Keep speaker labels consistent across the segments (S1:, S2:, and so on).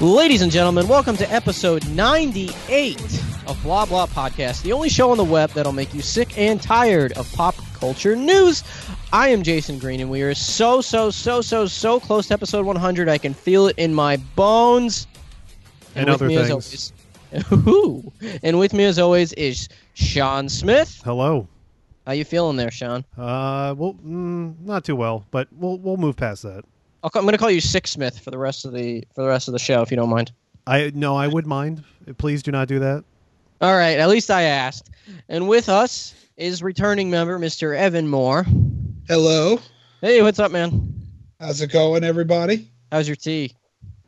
S1: Ladies and gentlemen, welcome to episode 98 of Blah Blah Podcast, the only show on the web that'll make you sick and tired of pop culture news. I am Jason Green, and we are so, so, so, so, so close to episode 100. I can feel it in my bones.
S2: And
S1: with
S2: other
S1: me, as
S2: things.
S1: always- Ooh. and with me, as always, is Sean Smith.
S2: Hello.
S1: How you feeling there, Sean?
S2: Uh, well, mm, not too well, but we'll we'll move past that.
S1: I'll call, I'm going to call you Sick Smith for the rest of the for the rest of the show, if you don't mind.
S2: I no, I would mind. Please do not do that.
S1: All right, at least I asked. And with us is returning member Mr. Evan Moore.
S3: Hello.
S1: Hey, what's up, man?
S3: How's it going, everybody?
S1: How's your tea?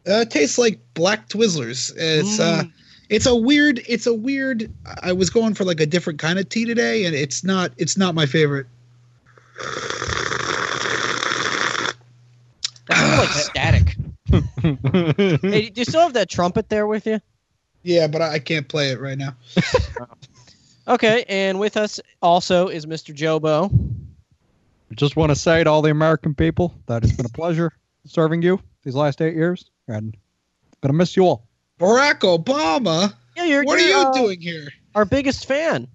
S3: Uh, it tastes like black Twizzlers. It's uh,
S4: Mm.
S3: it's a weird. It's a weird. I was going for like a different kind of tea today, and it's not. It's not my favorite.
S1: That's kind of like static. Hey, do you still have that trumpet there with you?
S3: Yeah, but I, I can't play it right now.
S1: Okay, and with us also is Mr. Jobo.
S5: Just want to say to all the American people that it's been a pleasure serving you these last eight years, and gonna miss you all.
S3: Barack Obama.
S1: Yeah, you're.
S3: What are
S1: you're,
S3: you
S1: uh,
S3: doing here?
S1: Our biggest fan.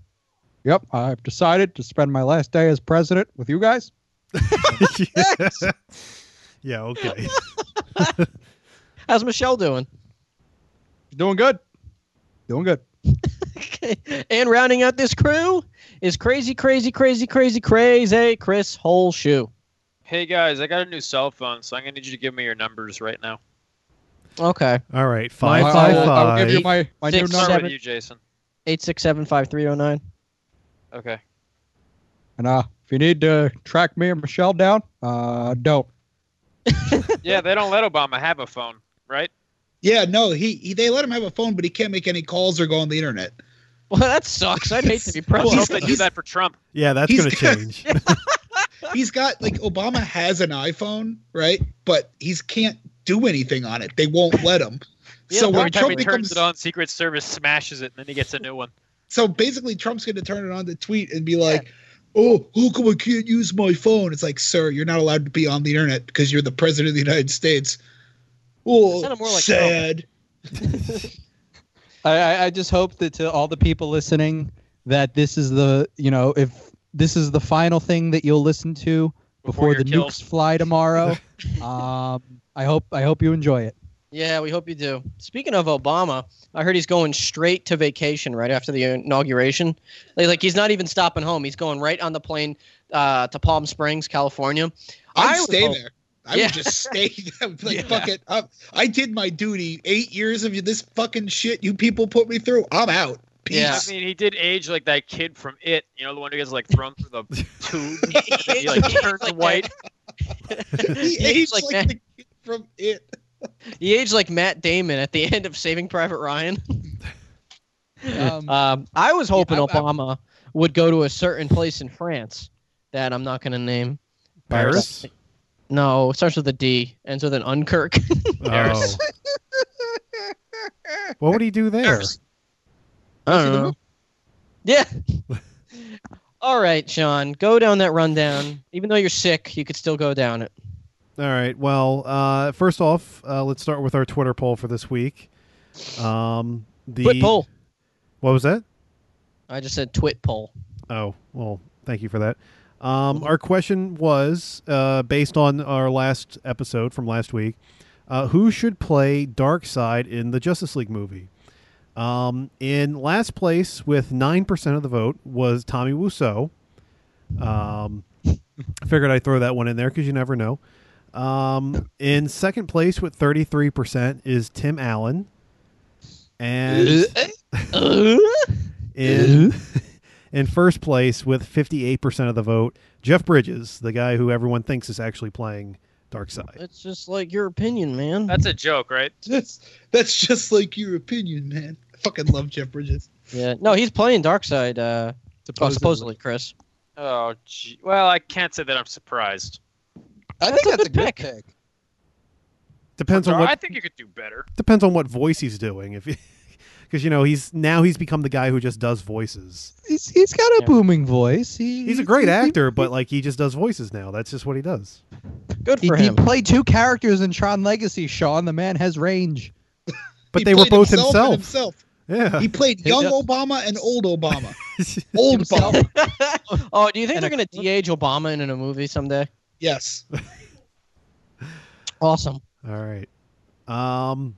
S5: Yep, I've decided to spend my last day as president with you guys.
S2: yeah. Okay.
S1: How's Michelle doing?
S5: Doing good. Doing good.
S1: Okay. And rounding out this crew is crazy, crazy, crazy, crazy, crazy Chris Whole Shoe.
S4: Hey guys, I got a new cell phone, so I'm gonna need you to give me your numbers right now.
S1: Okay,
S2: All right. Five
S5: I'll-
S2: five
S5: I'll, I'll give you
S2: five.
S5: my, my new
S1: Six,
S4: Start
S5: number,
S1: seven.
S4: with you, Jason.
S1: eight six seven five three zero nine.
S4: Okay.
S5: and uh, if you need to track me or Michelle down, uh, don't.
S4: Yeah, they don't let Obama have a phone, right?
S3: Yeah, no. He, he they let him have a phone, but he can't make any calls or go on the internet.
S1: Well, that sucks. I'd hate to be
S4: Well, I
S1: president.
S4: hope they do that for Trump.
S2: Yeah, that's
S3: He's
S2: gonna
S3: got-
S2: change.
S3: He's got like Obama has an iPhone, right? But he's can't do anything on it. They won't let him.
S4: Yeah,
S3: so
S4: every
S3: when
S4: time
S3: Trump
S4: he
S3: becomes
S4: turns it on, Secret Service smashes it, and then he gets a new one.
S3: So basically, Trump's going to turn it on to tweet and be like, "Oh, how come I can't use my phone?" It's like, "Sir, you're not allowed to be on the internet because you're the president of the United States." Oh,
S1: Sounded more like
S3: sad.
S5: I, I, I just hope that to all the people listening that this is the you know if this is the final thing that you'll listen to
S4: Before
S5: before,
S4: you're
S5: the
S4: killed.
S5: nukes fly tomorrow. um, I hope I hope you enjoy it.
S1: Yeah, we hope you do. Speaking of Obama, I heard he's going straight to vacation right after the inauguration. Like, like, he's not even stopping home. He's going right on the plane uh, to Palm Springs, California.
S3: I'd
S1: would
S3: stay
S1: hope-
S3: there. I
S1: Yeah.
S3: would just stay. there. I'd be like,
S1: Yeah.
S3: fuck it. i I did my duty. Eight years of this fucking shit you people put me through. I'm out. Peace.
S1: Yeah.
S4: I mean, he did age like that kid from It. You know, the one who gets like thrown through the tube. He like turns
S1: like
S4: white.
S3: He
S1: He
S3: aged
S1: aged
S3: like,
S1: like that.
S3: the kid from it.
S1: He aged like Matt Damon at the end of Saving Private Ryan.
S5: Um,
S1: Um, I was hoping
S5: I- I-
S1: Obama would go to a certain place in France that I'm not going to name.
S2: Paris.
S1: No, it starts with a D, ends with an Unkirk.
S2: Oh. What would he do there?
S1: I don't know. Yeah. All right, Sean, go down that rundown. Even though you're sick, you could still go down it.
S2: All right. Well, uh, first off, uh, let's start with our Twitter poll for this week. Um, the
S1: Twit poll.
S2: What was that?
S1: I just said twit poll.
S2: Oh, well, thank you for that. Um, our question was uh, based on our last episode from last week uh, Who should play Darkseid in the Justice League movie? Um, in last place with 9% of the vote was Tommy Wiseau. Um, I figured I'd throw that one in there because you never know. Um, in second place with 33% is Tim Allen. And in in first place with 58% of the vote jeff bridges the guy who everyone thinks is actually playing dark side
S1: it's just like your opinion, man.
S4: That's a joke, right?
S3: That's that's just like your opinion, man. fucking love Jeff Bridges.
S1: Yeah. No, he's playing Darkseid. Uh, supposedly.
S5: Supposedly.
S1: supposedly, Chris.
S4: Oh, gee. well, I can't say that I'm surprised.
S5: I
S1: That's
S5: think
S1: a
S5: that's a
S1: good
S5: good
S1: pick.
S5: pick.
S2: Depends on
S4: I
S2: what
S4: think you could do better.
S2: depends on what voice he's doing. If because you know he's now he's become the guy who just does voices.
S5: He's, he's got a
S1: Yeah.
S5: booming voice. He,
S2: He's a great
S5: he- he-
S2: actor, but like he just does voices now. That's just what he does.
S1: Good
S5: He,
S1: for
S5: he
S1: him.
S5: played two characters in Tron Legacy, Sean. The man has range.
S2: But
S3: He
S2: they were
S3: played
S2: both
S3: himself and
S2: himself.
S3: himself.
S2: Yeah.
S3: He played
S1: He
S3: young
S1: does.
S3: Obama and old Obama. Old
S5: Himself.
S3: Obama.
S1: oh, do you
S5: And
S1: think they're
S5: a-
S1: going to de-age Obama in a movie someday?
S3: Yes.
S1: Awesome.
S2: All right. Um.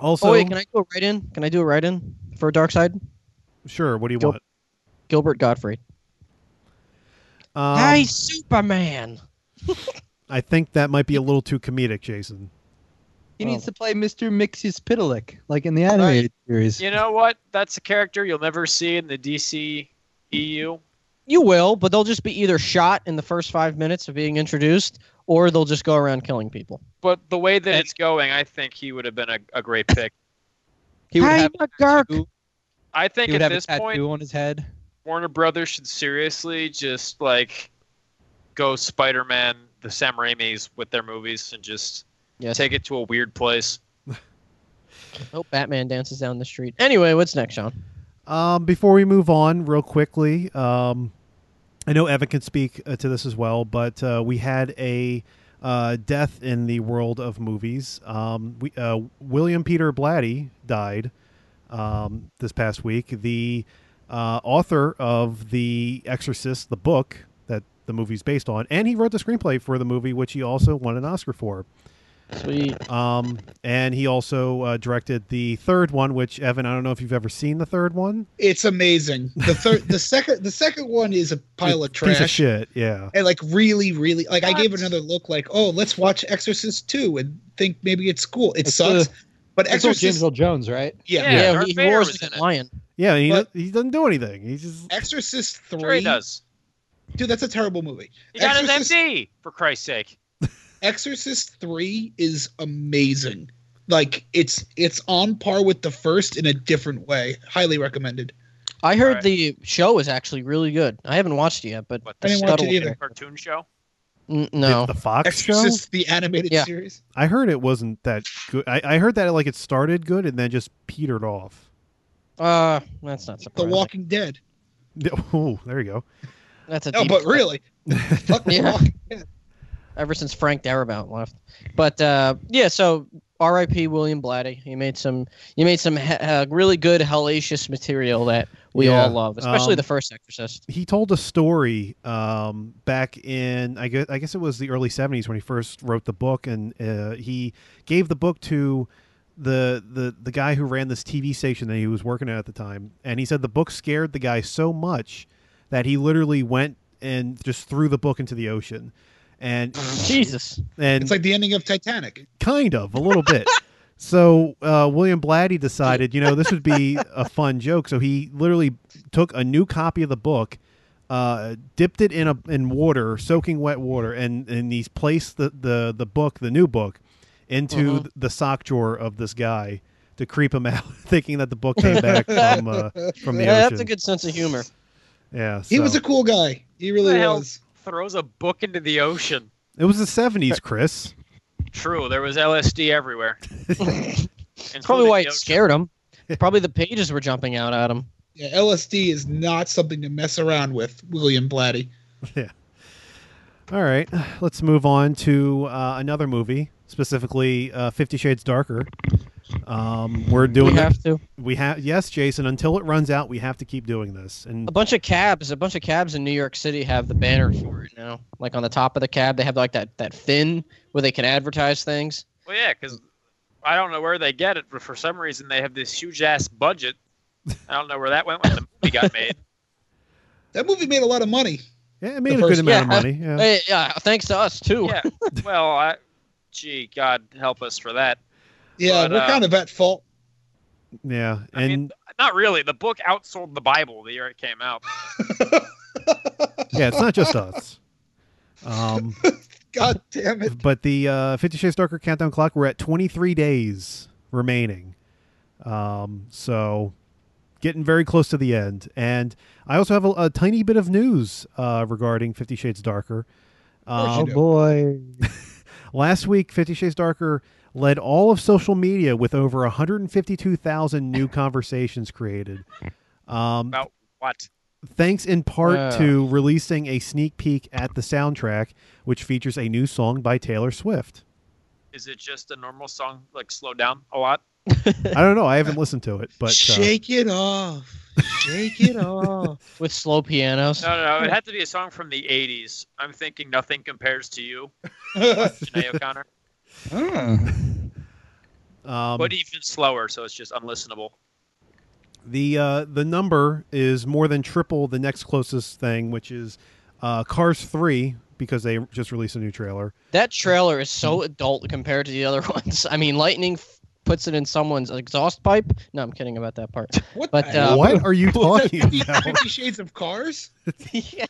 S2: Also,
S1: oh wait, can I do a write-in? Can I do a write-in for Darkseid?
S2: sure. What do you
S1: Go-
S2: want?
S1: Gilbert Gottfried.
S2: Um,
S1: hey, Superman.
S2: I think that might be a little too comedic, Jason.
S5: He
S1: Oh.
S5: needs to play Mr. Mixius Pitalik, like in the animated series.
S4: You know what? That's a character you'll never see in the E DC EU.
S1: You will, but they'll just be either shot in the first five minutes of being introduced, or they'll just go around killing people.
S4: But the way that it's going, I think he would have been a, a great pick.
S5: He would
S1: Hey,
S5: have a
S1: McGurk.
S5: tattoo.
S4: I
S5: He
S4: think
S5: would
S4: at
S5: have a
S4: this
S5: tattoo
S4: point,
S5: on his head.
S4: Warner Brothers should seriously just like go Spider-Man, the Sam Raimi's with their movies, and just
S1: Yes.
S4: take it to a weird place.
S1: Hope Oh, Batman dances down the street. Anyway, what's next, Sean?
S2: Um, before we move on, real quickly, um, I know Evan can speak uh, to this as well, but uh, we had a uh, death in the world of movies. Um, we, uh, William Peter Blatty died um, this past week. The uh, author of The Exorcist, the book that the movie's based on, and he wrote the screenplay for the movie, which he also won an Oscar for.
S1: Sweet.
S2: Um, and he also uh, directed the third one, which Evan, I don't know if you've ever seen the third one.
S3: It's amazing. The third the second the second one is a pile of trash.
S2: Piece of shit. Yeah.
S3: And like really, really like I gave
S4: What?
S3: another look like, oh, let's watch Exorcist 2 and think maybe it's cool. It
S5: It's,
S3: sucks.
S5: uh,
S3: but
S5: That's what
S3: Exorcist
S5: James Earl Jones, right?
S3: yeah,
S4: Yeah,
S1: Yeah,
S4: Darth
S1: he, he
S4: Vader
S1: roars
S4: was
S1: like
S4: in
S1: a
S4: it.
S1: lion.
S2: Yeah. He,
S3: But-
S2: he doesn't do anything. He just
S3: Exorcist 3.
S4: Sure he does.
S3: Dude, that's a terrible movie.
S4: He got
S3: Exorcist-
S4: his MD for Christ's sake.
S3: Exorcist 3 is amazing. Like it's it's on par with the first in a different way. Highly recommended.
S1: I heard
S4: Alright.
S1: the show is actually really good. I haven't watched it yet, but
S4: What
S3: I didn't
S4: the
S3: watch it
S4: Scuttle
S3: either.
S4: cartoon show?
S1: n- no.
S2: the, the Fox show.
S3: Exorcist the animated
S1: Yeah.
S3: series.
S2: I heard it wasn't that good. I, I heard that like it started good and then just petered off.
S1: Uh, that's not
S3: The
S1: surprising.
S3: Walking Dead.
S2: Oh, there you go.
S1: That's a
S3: No,
S1: deep
S3: but
S1: cut.
S3: really. Fuck The
S1: Yeah.
S3: Walking Dead.
S1: ever since Frank Darabont left. But uh, yeah, so R.I.P. William Blatty. He made some. You made some he- uh, really good hellacious material that we
S2: Yeah,
S1: all love, especially
S2: um,
S1: the first Exorcist.
S2: He told a story um, back in I guess I guess it was the early '70s when he first wrote the book, and uh, he gave the book to the the the guy who ran this TV station that he was working at at the time, and he said the book scared the guy so much that he literally went and just threw the book into the ocean, and
S1: Jesus.
S2: and
S3: It's like the ending of Titanic.
S2: kind of a little bit so uh, william blatty decided you know this would be a fun joke so he literally took a new copy of the book uh, dipped it in a in water soaking wet water and and he's placed the the, the book the new book
S3: Mm-hmm.
S2: into
S1: Mhm.
S2: the sock drawer of this guy to creep him out thinking that the book came back from uh, from the
S1: Yeah,
S2: ocean
S1: that's a good sense of humor.
S2: yeah
S3: He was
S2: so-
S3: a cool guy. He really
S4: The hell?
S3: was.
S4: Throws a book into the ocean.
S2: it was the 70s chris
S4: True, there was LSD everywhere.
S1: That's probably why it
S4: Including
S1: scared him. Probably the pages were jumping out at him.
S3: Yeah, LSD is not something to mess around with, William Blatty.
S2: all right let's move on to uh, another movie specifically uh, 50 shades darker um, we're
S1: We
S2: doing the-
S1: have to.
S2: We have yes, Jason. Until it runs out, we have to keep doing this. And
S1: A bunch of cabs, a bunch of cabs in New York City have the banner for it now. Like on the top of the cab, they have like that that fin where they can advertise things.
S4: Well, yeah, because I don't know where they get it, but for some reason they have this huge ass budget. I don't know where that went when the movie got made.
S3: That movie made a lot of money.
S2: yeah, it made a
S3: the
S2: good
S3: first-
S2: amount
S1: Yeah.
S2: of money. Yeah.
S1: Hey, yeah, thanks to us too.
S4: Yeah. Well, I, gee, God help us for that.
S3: Yeah,
S4: But,
S3: we're
S4: uh,
S3: kind of at fault.
S2: yeah.
S4: I
S2: And
S4: mean, not really. The book outsold the Bible the year it came out.
S2: yeah, it's not just us. Um,
S3: God damn it.
S2: but the uh, Fifty Shades Darker countdown clock. We're at twenty three days remaining. Um, so getting very close to the end. And I also have a, a tiny bit of news uh, regarding Fifty Shades Darker.
S3: course
S2: Uh,
S3: you
S6: Oh
S3: do.
S6: boy.
S2: last week, Fifty Shades Darker led all of social media with over 152,000 new conversations created. Um,
S4: About what?
S2: thanks in part
S6: Wow.
S2: to releasing a sneak peek at the soundtrack, which features a new song by Taylor Swift.
S4: Is it just a normal song, like slow down a lot?
S2: I don't know. I haven't listened to it, but uh,
S3: Shake it off. Shake it off.
S1: with slow pianos.
S4: No, no, no. It had to be a song from the 80s. I'm thinking Nothing Compares to You, Janae O'Connor.
S2: um,
S4: but even slower, so it's just unlistenable.
S2: the uh, the number is more than triple the next closest thing, which is uh, Cars Three, because they just released a new trailer.
S1: That trailer is so adult compared to the other ones. I mean, lightning f- puts it in someone's exhaust pipe. No, I'm kidding about that part.
S3: What
S1: But,
S3: the
S1: uh,
S3: hell?
S2: what are you talking about?
S3: Fifty Shades of Cars?
S1: Yeah.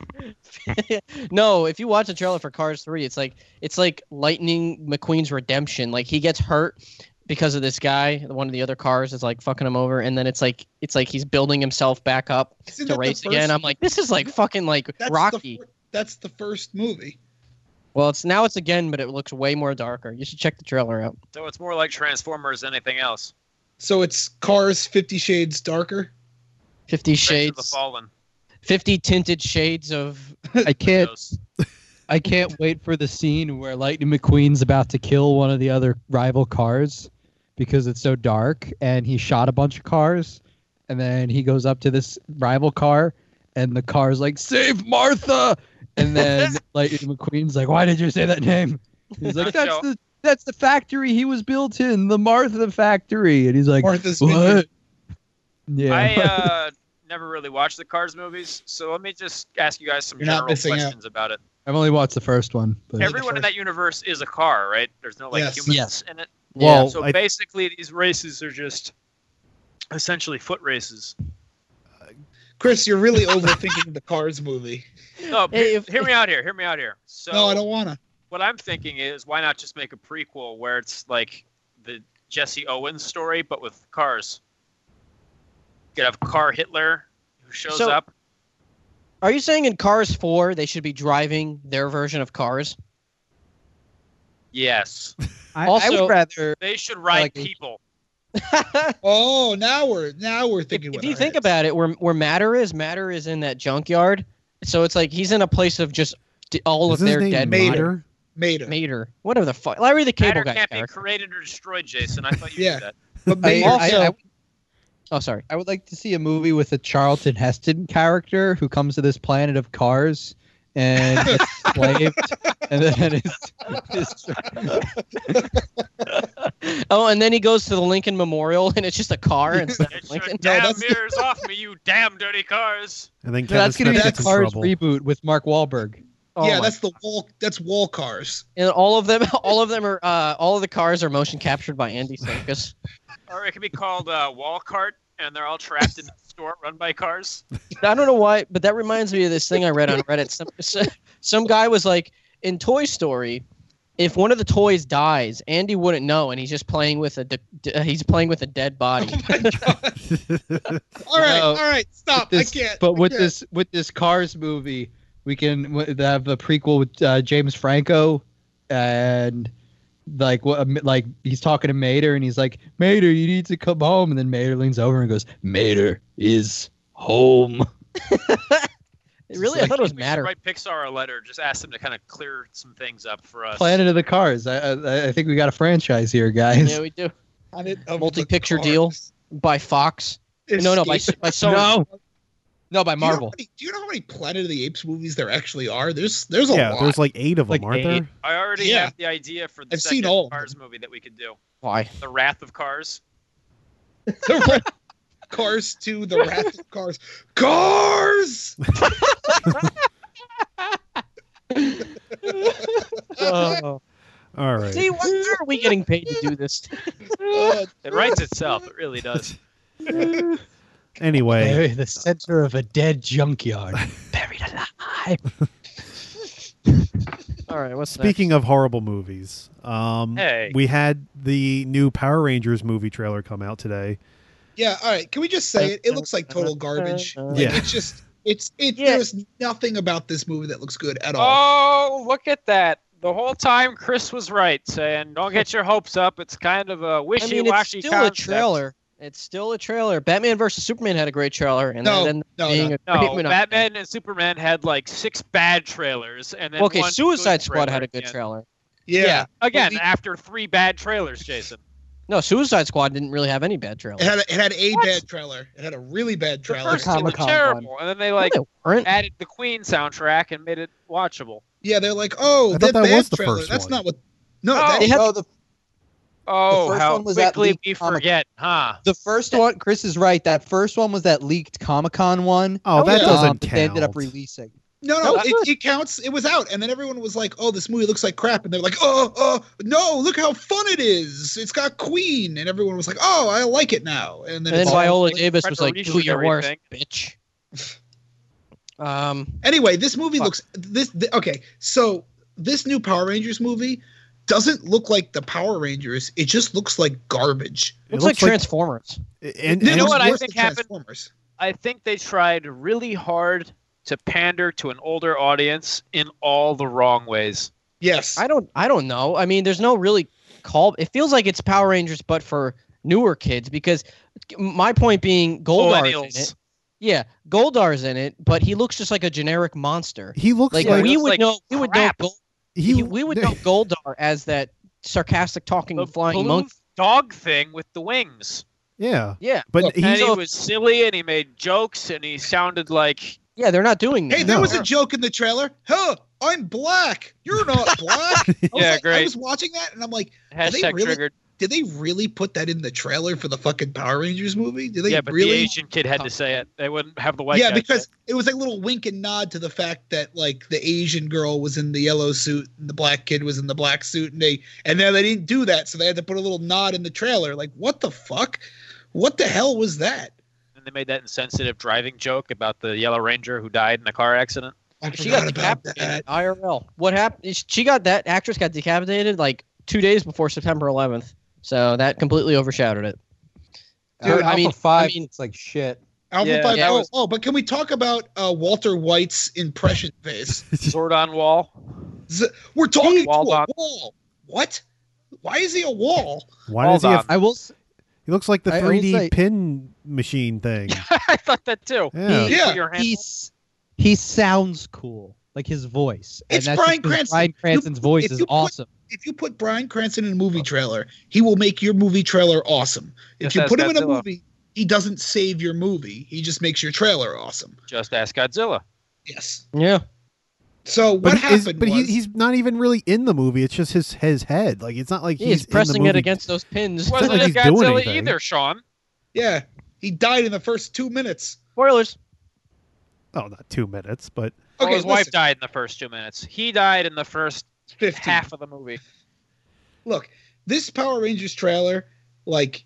S1: no, if you watch the trailer for Cars 3, it's like it's like Lightning McQueen's redemption. Like he gets hurt because of this guy, one of the other cars is like fucking him over and then it's like it's like he's building himself back up to
S3: Isn't that the
S1: race
S3: first-
S1: again. I'm like this is like fucking like
S3: That's the
S1: Rocky.
S3: fir- that's the first movie.
S1: well, it's now it's again but it looks way more darker. You should check the trailer out.
S4: So it's more like Transformers than anything else.
S3: So it's Cars Fifty Shades Darker.
S1: 50
S4: Revenge of the
S1: shades
S4: Fallen.
S1: 50 tinted shades of
S6: I can't
S4: Those.
S6: I can't wait for the scene where Lightning McQueen's about to kill one of the other rival cars because it's so dark and he shot a bunch of cars and then he goes up to this rival car and the car's like save Martha and then Lightning McQueen's like why did you say that name? He's like that's the that's the factory he was built in, the Martha factory and he's like
S3: Martha's
S6: what?
S3: Vineyard.
S6: Yeah.
S4: I uh, never really watched the Cars movies, so let me just ask you guys some
S3: You're not
S4: general
S3: missing out.
S4: questions about it.
S6: I've only watched the first one. But
S4: Everyone in that universe is a car, right? There's no like
S3: Yes.
S4: humans
S6: Yes.
S4: in it.
S6: Oh,
S2: Well,
S4: so
S2: I-
S4: basically, these races are just essentially foot races.
S3: Chris, you're really overthinking the Cars movie.
S4: No,
S1: Hey, if-
S4: hear me out here. Hear me out here. So
S3: no, I don't wanna.
S4: what I'm thinking is, why not just make a prequel where it's like the Jesse Owens story, but with cars? You could have Car Hitler who shows
S1: So-
S4: up.
S1: Are you saying in Cars 4 they should be driving their version of Cars?
S4: Yes,
S6: I,
S1: I would also-
S6: rather
S4: they should ride
S6: like-
S4: people.
S3: Oh, now we're now we're
S1: if,
S3: thinking.
S1: if
S3: what
S1: you
S3: our
S1: think
S3: heads-
S1: about it, where where Matter is, Matter is in that junkyard. So it's like he's in a place of just d- all
S2: Is
S1: of
S2: his
S1: their
S2: name
S1: dead
S3: Mater?
S1: bodies.
S2: Mater?
S3: Mater,
S1: Mater, whatever the fuck, Larry the Cable
S4: Matter
S1: Guy.
S4: can't be
S1: character.
S4: created or destroyed, Jason. I thought you
S3: Yeah.
S4: knew that.
S3: but
S6: I,
S3: Mater,
S1: also-
S6: I, I,
S1: Oh, sorry.
S6: I would like to see a movie with a Charlton Heston character who comes to this planet of cars and gets enslaved, and then is, is-
S1: Oh, and then he goes to the Lincoln Memorial, and it's just a car instead
S4: Get
S1: of
S4: your
S1: Lincoln.
S4: damn
S3: that's-
S4: mirrors off me, you damn dirty cars!
S2: And then Kevin
S6: that's going to
S2: Smith
S6: be the
S2: gets in
S6: Cars
S2: trouble.
S6: reboot with Mark Wahlberg.
S1: Oh
S3: yeah,
S1: my-
S3: that's the wall. That's wall cars.
S1: and all of them, all of them are, uh, all of the cars are motion captured by Andy Serkis.
S4: Or it could be called uh, Wall Cart, and they're all trapped in a store run by cars.
S1: I don't know why, but that reminds me of this thing I read on Reddit. Some so- some guy was like, in Toy Story, if one of the toys dies, Andy wouldn't know, and he's just playing with a de- de- uh, he's playing with a dead body.
S3: All right,
S6: No.
S3: all right, stop.
S6: This-
S3: Oh, I can't.
S6: But
S3: I
S6: with
S3: can't.
S6: this with this Cars movie, we can w- have a prequel with uh, James Franco, and like what um, like he's talking to Mater, and he's like, Mater, you need to come home, and then Mater leans over and goes, Mater is home.
S1: It really, I thought it was
S4: We should
S1: matter.
S4: Write Pixar a letter. Just ask them to kind of clear some things up for us.
S6: Planet of the Cars. I, I, I think we got a franchise here, guys.
S1: Yeah, we do
S3: Planet of the
S1: multi-picture
S3: Cars.
S1: deal? by Fox. No, no, by
S3: Escape-
S1: by Sony.
S6: no, no, by
S3: Do you know how
S6: Marvel.
S3: many- Do you know how many Planet of the Apes movies there actually are? There's there's a
S2: Yeah,
S3: lot.
S2: there's like eight of them,
S6: Like
S2: aren't
S6: eight.
S2: there?
S4: I already
S3: Yeah.
S4: have the idea for the
S3: I've seen
S4: second
S3: all of
S4: Cars movie that we could do.
S1: Why?
S4: The Wrath of Cars.
S3: Cars 2, The Wrath of Cars. Cars!
S2: All right.
S1: See, why why are we getting paid to do this?
S3: Uh,
S4: It writes itself. It really does.
S2: Anyway,
S6: the center of a dead junkyard, buried alive.
S1: All right, what's
S2: speaking of horrible movies, um,
S4: Hey.
S2: we had the new Power Rangers movie trailer come out today.
S3: Yeah, all right. Can we just say it? It looks like total garbage. Like,
S2: Yeah.
S3: It's just it's it
S1: Yeah.
S3: there's nothing about this movie that looks good at all.
S4: Oh, look at that. The whole time Chris was right, saying don't get your hopes up. It's kind of a
S1: I
S4: wishy-washy
S1: mean, it's still
S4: concept.
S1: a trailer. It's still a trailer. Batman versus Superman had a great trailer, and
S3: No,
S1: then
S3: no,
S1: being
S3: no.
S1: a
S4: No,
S1: great
S4: Batman and Superman had like six bad trailers, and then
S1: Okay,
S4: one
S1: Suicide
S4: good
S1: Squad had a good
S4: yeah.
S1: trailer.
S3: yeah.
S4: Again,
S3: Well, the-
S4: after three bad trailers, Jason.
S1: No, Suicide Squad didn't really have any bad trailers.
S3: It had a, it had a
S4: What?
S3: bad trailer. It had a really bad
S4: The
S3: trailer.
S4: first two were
S5: Comic-Con
S4: terrible, and then they
S1: No,
S4: like
S1: they weren't.
S4: added the Queen soundtrack and made it watchable.
S3: Yeah, they're like,
S2: I
S3: oh,
S2: thought
S3: that,
S2: that
S3: bad
S2: was the
S3: trailer.
S2: first
S3: That's
S2: one.
S3: not what. No,
S4: Oh.
S3: that,
S1: They had-
S6: no, the,
S4: Oh,
S6: first
S4: how
S6: one was that
S4: quickly
S6: leaked
S4: we
S6: Comic-Con.
S4: forget, huh?
S6: the first one, Chris is right. That first one was that leaked Comic Con one.
S2: Oh, that
S3: yeah.
S2: doesn't
S6: um,
S2: count.
S6: that They ended up releasing.
S3: no,
S4: No,
S3: no,
S4: that's
S3: it, it counts. It was out, and then everyone was like, oh, this movie looks like crap, and they're like, oh, oh, no, look how fun it is. It's got Queen, and everyone was like, oh, I like it now. And then,
S1: And then
S3: it's-
S1: Viola
S4: like,
S1: Davis was like,
S4: preparation
S1: "Do your
S4: and
S1: worst,
S4: everything."
S1: bitch." Um,
S3: anyway, this movie
S1: Fuck.
S3: looks this th- okay. So this new Power Rangers movie doesn't look like the Power Rangers. It just looks like garbage.
S2: It
S1: looks like
S2: looks like-
S1: Transformers.
S2: and,
S3: It
S4: You know
S3: looks
S4: what I
S3: worse
S4: think
S3: than
S4: happened?
S3: Transformers.
S4: I think they tried really hard to pander to an older audience in all the wrong ways.
S3: Yes.
S1: I don't. I don't know. I mean, there's no really call. It feels like it's Power Rangers, but for newer kids. Because my point being, Goldar's in it.
S4: Millennials.
S1: Yeah, Goldar's in it, but he looks just like a generic monster.
S2: he looks
S1: Like
S2: like,
S4: Yeah,
S1: we
S4: he looks
S1: would
S4: like
S1: know. We would know.
S4: crap.
S1: Gold,
S2: he,
S1: he- we would know Goldar as that sarcastic talking
S4: The
S1: flying
S4: blue
S1: monkey.
S4: dog thing with the wings.
S2: Yeah,
S1: Yeah,
S2: but
S3: Look,
S2: he's
S4: and he
S1: So-
S4: was silly and he made jokes and he sounded like
S1: yeah. They're not doing that.
S3: Hey, there
S2: No.
S3: was a joke in the trailer. Huh, I'm black. You're not black. I was
S4: Yeah,
S3: like- I
S4: great.
S3: was watching that and I'm like, they
S4: hashtag
S3: really-
S4: triggered.
S3: did they really put that in the trailer for the fucking Power Rangers movie? Did they
S4: Yeah, but the
S3: really?
S4: Asian kid had to say it. They wouldn't have the white
S3: yeah,
S4: guy say
S3: because
S4: it.
S3: it was like a little wink and nod to the fact that like the Asian girl was in the yellow suit and the black kid was in the black suit, and they and then they didn't do that, so they had to put a little nod in the trailer. Like, what the fuck? What the hell was that?
S4: and they made that insensitive driving joke about the Yellow Ranger who died in a car accident.
S3: I
S1: She
S3: forgot
S1: got
S3: about
S1: decapitated.
S3: that.
S1: IRL. What happened? She got that actress got decapitated like two days before September 11th. So that completely overshadowed it.
S6: Dude,
S1: Uh,
S6: Alpha
S1: I mean,
S6: Five.
S1: I mean,
S6: it's like shit.
S3: Alpha
S4: Yeah,
S3: Five-
S4: that
S3: oh,
S4: was-
S3: oh, but can we talk about uh, Walter White's impression face?
S4: Sword on wall.
S3: We're talking
S4: Wall
S3: to a
S4: dot-
S3: wall. What? Why is he a wall?
S2: why
S4: Hold
S2: does he have?
S6: I will. s-
S2: He looks like the
S6: I- I will
S2: 3D
S6: say-
S2: pin machine thing.
S4: I thought that too.
S2: Yeah.
S4: You put
S3: Yeah,
S4: your hand-
S6: He's he sounds cool, like his voice.
S3: It's
S6: just
S3: Bryan
S6: 'cause
S3: Cranston.
S6: Bryan Cranston's
S3: You-
S6: voice
S3: if
S6: is
S3: you put-
S6: awesome.
S3: If you put Brian Cranston in a movie trailer, he will make your movie trailer awesome. If
S4: Just
S3: you
S4: ask
S3: put him in a
S4: Godzilla.
S3: movie, he doesn't save your movie. He just makes your trailer awesome.
S4: Just ask Godzilla.
S3: Yes.
S1: yeah.
S3: So what
S2: but he is-
S3: happened?
S2: but he,
S3: was-
S2: he's not even really in the movie. It's just his his head. Like it's not like
S1: He's,
S2: he's in the
S1: pressing it
S2: movie.
S1: against those pins.
S2: Well- not
S4: Wasn't
S2: like
S4: a
S2: he's doing
S4: Godzilla
S2: anything.
S4: either, Sean.
S3: yeah, he died in the first two minutes.
S1: Spoilers.
S2: Oh, not two minutes, but
S4: Well,
S3: Okay,
S4: his wife
S3: listen,
S4: died in the first two minutes. He died in the first
S3: 15.
S4: half of the movie.
S3: Look, this Power Rangers trailer, like,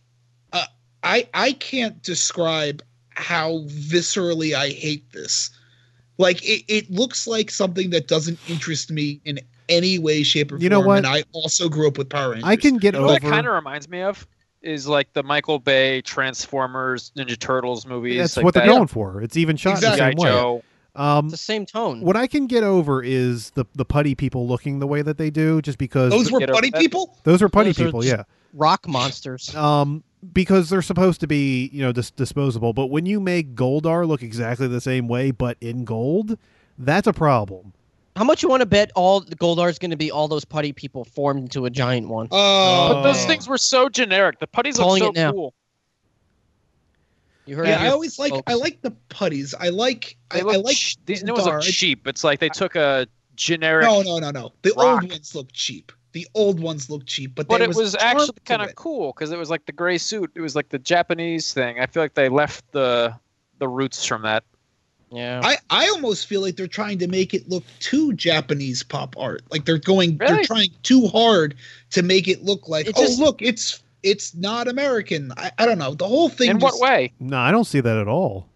S3: uh, I I can't describe how viscerally I hate this. Like, it, it looks like something that doesn't interest me in any way, shape, or
S2: You know
S3: form.
S2: what?
S3: And I also grew up with Power Rangers.
S2: I can get
S4: You know what it kind
S2: over.
S4: of reminds me of is like the Michael Bay Transformers, Ninja Turtles movies.
S2: That's
S4: like
S2: what
S4: that.
S2: they're going for. It's even shot
S3: Exactly.
S4: G.I.
S2: the same way.
S4: Joe.
S2: Um,
S1: It's the same tone.
S2: what I can get over is the the putty people looking the way that they do, just because
S3: Those were
S4: Get over
S3: buddy
S4: that.
S3: people.
S2: those are putty
S1: Those are
S2: people.
S1: just-
S2: yeah,
S1: Rock monsters.
S2: um, because they're supposed to be you know dis- disposable. But when you make Goldar look exactly the same way but in gold, that's a problem.
S1: How much you want to bet all the Goldar's going to be all those putty people formed into a giant one?
S3: Oh,
S4: But those things were so generic. The putties look
S1: Calling
S4: so
S1: it now.
S4: cool.
S1: You heard it
S3: Yeah, I
S1: here,
S3: always like
S1: folks.
S3: I like the putties. I like I,
S4: Oh. They
S3: I
S4: look
S3: like
S4: ch- these new ones
S3: Goldar.
S4: look cheap. It's like they took a generic,
S3: no no no no. The
S4: Rock.
S3: old ones look cheap. The old ones look cheap, but
S4: but
S3: there
S4: it was
S3: charm
S4: actually
S3: to
S4: kind of
S3: it.
S4: cool because it was like the gray suit. It was like the Japanese thing. I feel like they left the the roots from that.
S1: Yeah.
S3: I, I almost feel like they're trying to make it look too Japanese pop art. Like they're going, they're
S4: Really?
S3: trying too hard to make it look like,
S1: It
S3: oh
S1: just-
S3: look, it's it's not American. I, I don't know. The whole thing.
S4: In what
S3: just-
S4: way?
S2: No, I don't see that at all.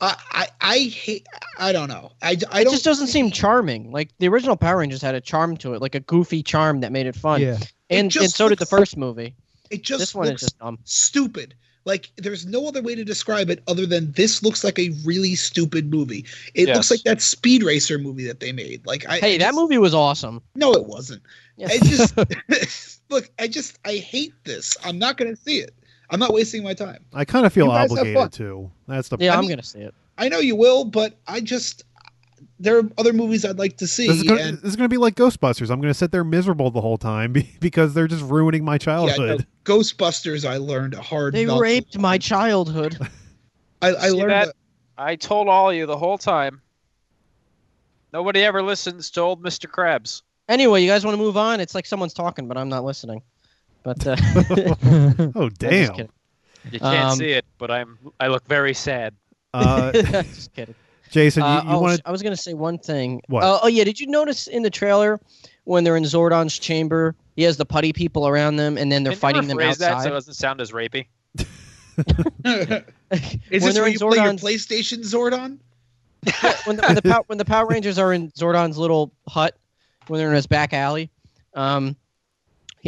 S3: I, I I hate. I don't know. I, I
S1: it
S3: don't.
S1: just doesn't seem charming. Like the original Power Rangers had a charm to it, like a goofy charm that made it fun.
S6: Yeah.
S1: And, and
S3: just
S1: so did the
S3: looks-
S1: first movie.
S3: it
S1: this
S3: just
S1: one
S3: looks
S1: is just dumb.
S3: stupid. Like, there's no other way to describe it other than this looks like a really stupid movie. It looks
S4: Yes.
S3: like that Speed Racer movie that they made. Like, I
S1: Hey, that movie was awesome.
S3: no, it wasn't.
S1: Yeah.
S3: I just look. I just I hate this. I'm not going to see it. I'm not wasting my time.
S2: I kind of feel
S3: You guys have fun.
S2: obligated to. That's the
S1: Yeah,
S3: I
S1: I'm
S3: mean-
S1: gonna see it.
S3: I know you will, but I just there are other movies I'd like to see.
S2: This is, gonna,
S3: and
S2: this is gonna be like Ghostbusters. I'm gonna sit there miserable the whole time be- because they're just ruining my
S3: yeah, no,
S2: childhood.
S3: Ghostbusters, I learned a hard.
S1: They
S3: nut.
S1: raped my childhood.
S3: I, I
S4: See
S3: learned
S4: that?
S3: a-
S4: I told all of you the whole time. Nobody ever listens to old Mr. Krabs.
S1: Anyway, you guys want to move on? It's like someone's talking, but I'm not listening. But uh,
S2: oh damn!
S1: kidding.
S4: You can't
S1: Um,
S4: see it, but I'm I look very sad.
S2: Uh,
S1: just kidding.
S2: Jason, you,
S1: Uh,
S2: you
S1: oh,
S2: want
S1: sh- I was gonna say one thing.
S2: What?
S1: Uh, oh yeah, did you notice in the trailer when they're in Zordon's chamber, he has the putty people around them, and then they're
S4: Can you
S1: fighting them
S4: rephrase that so
S1: outside.
S4: it doesn't sound as rapey.
S3: Is
S1: when
S3: this
S1: they're
S3: where
S1: in
S3: you play your
S1: Zordon's-
S3: PlayStation Zordon?
S1: when, the, when, the Pow- when the Power Rangers are in Zordon's little hut, when they're in his back alley, um,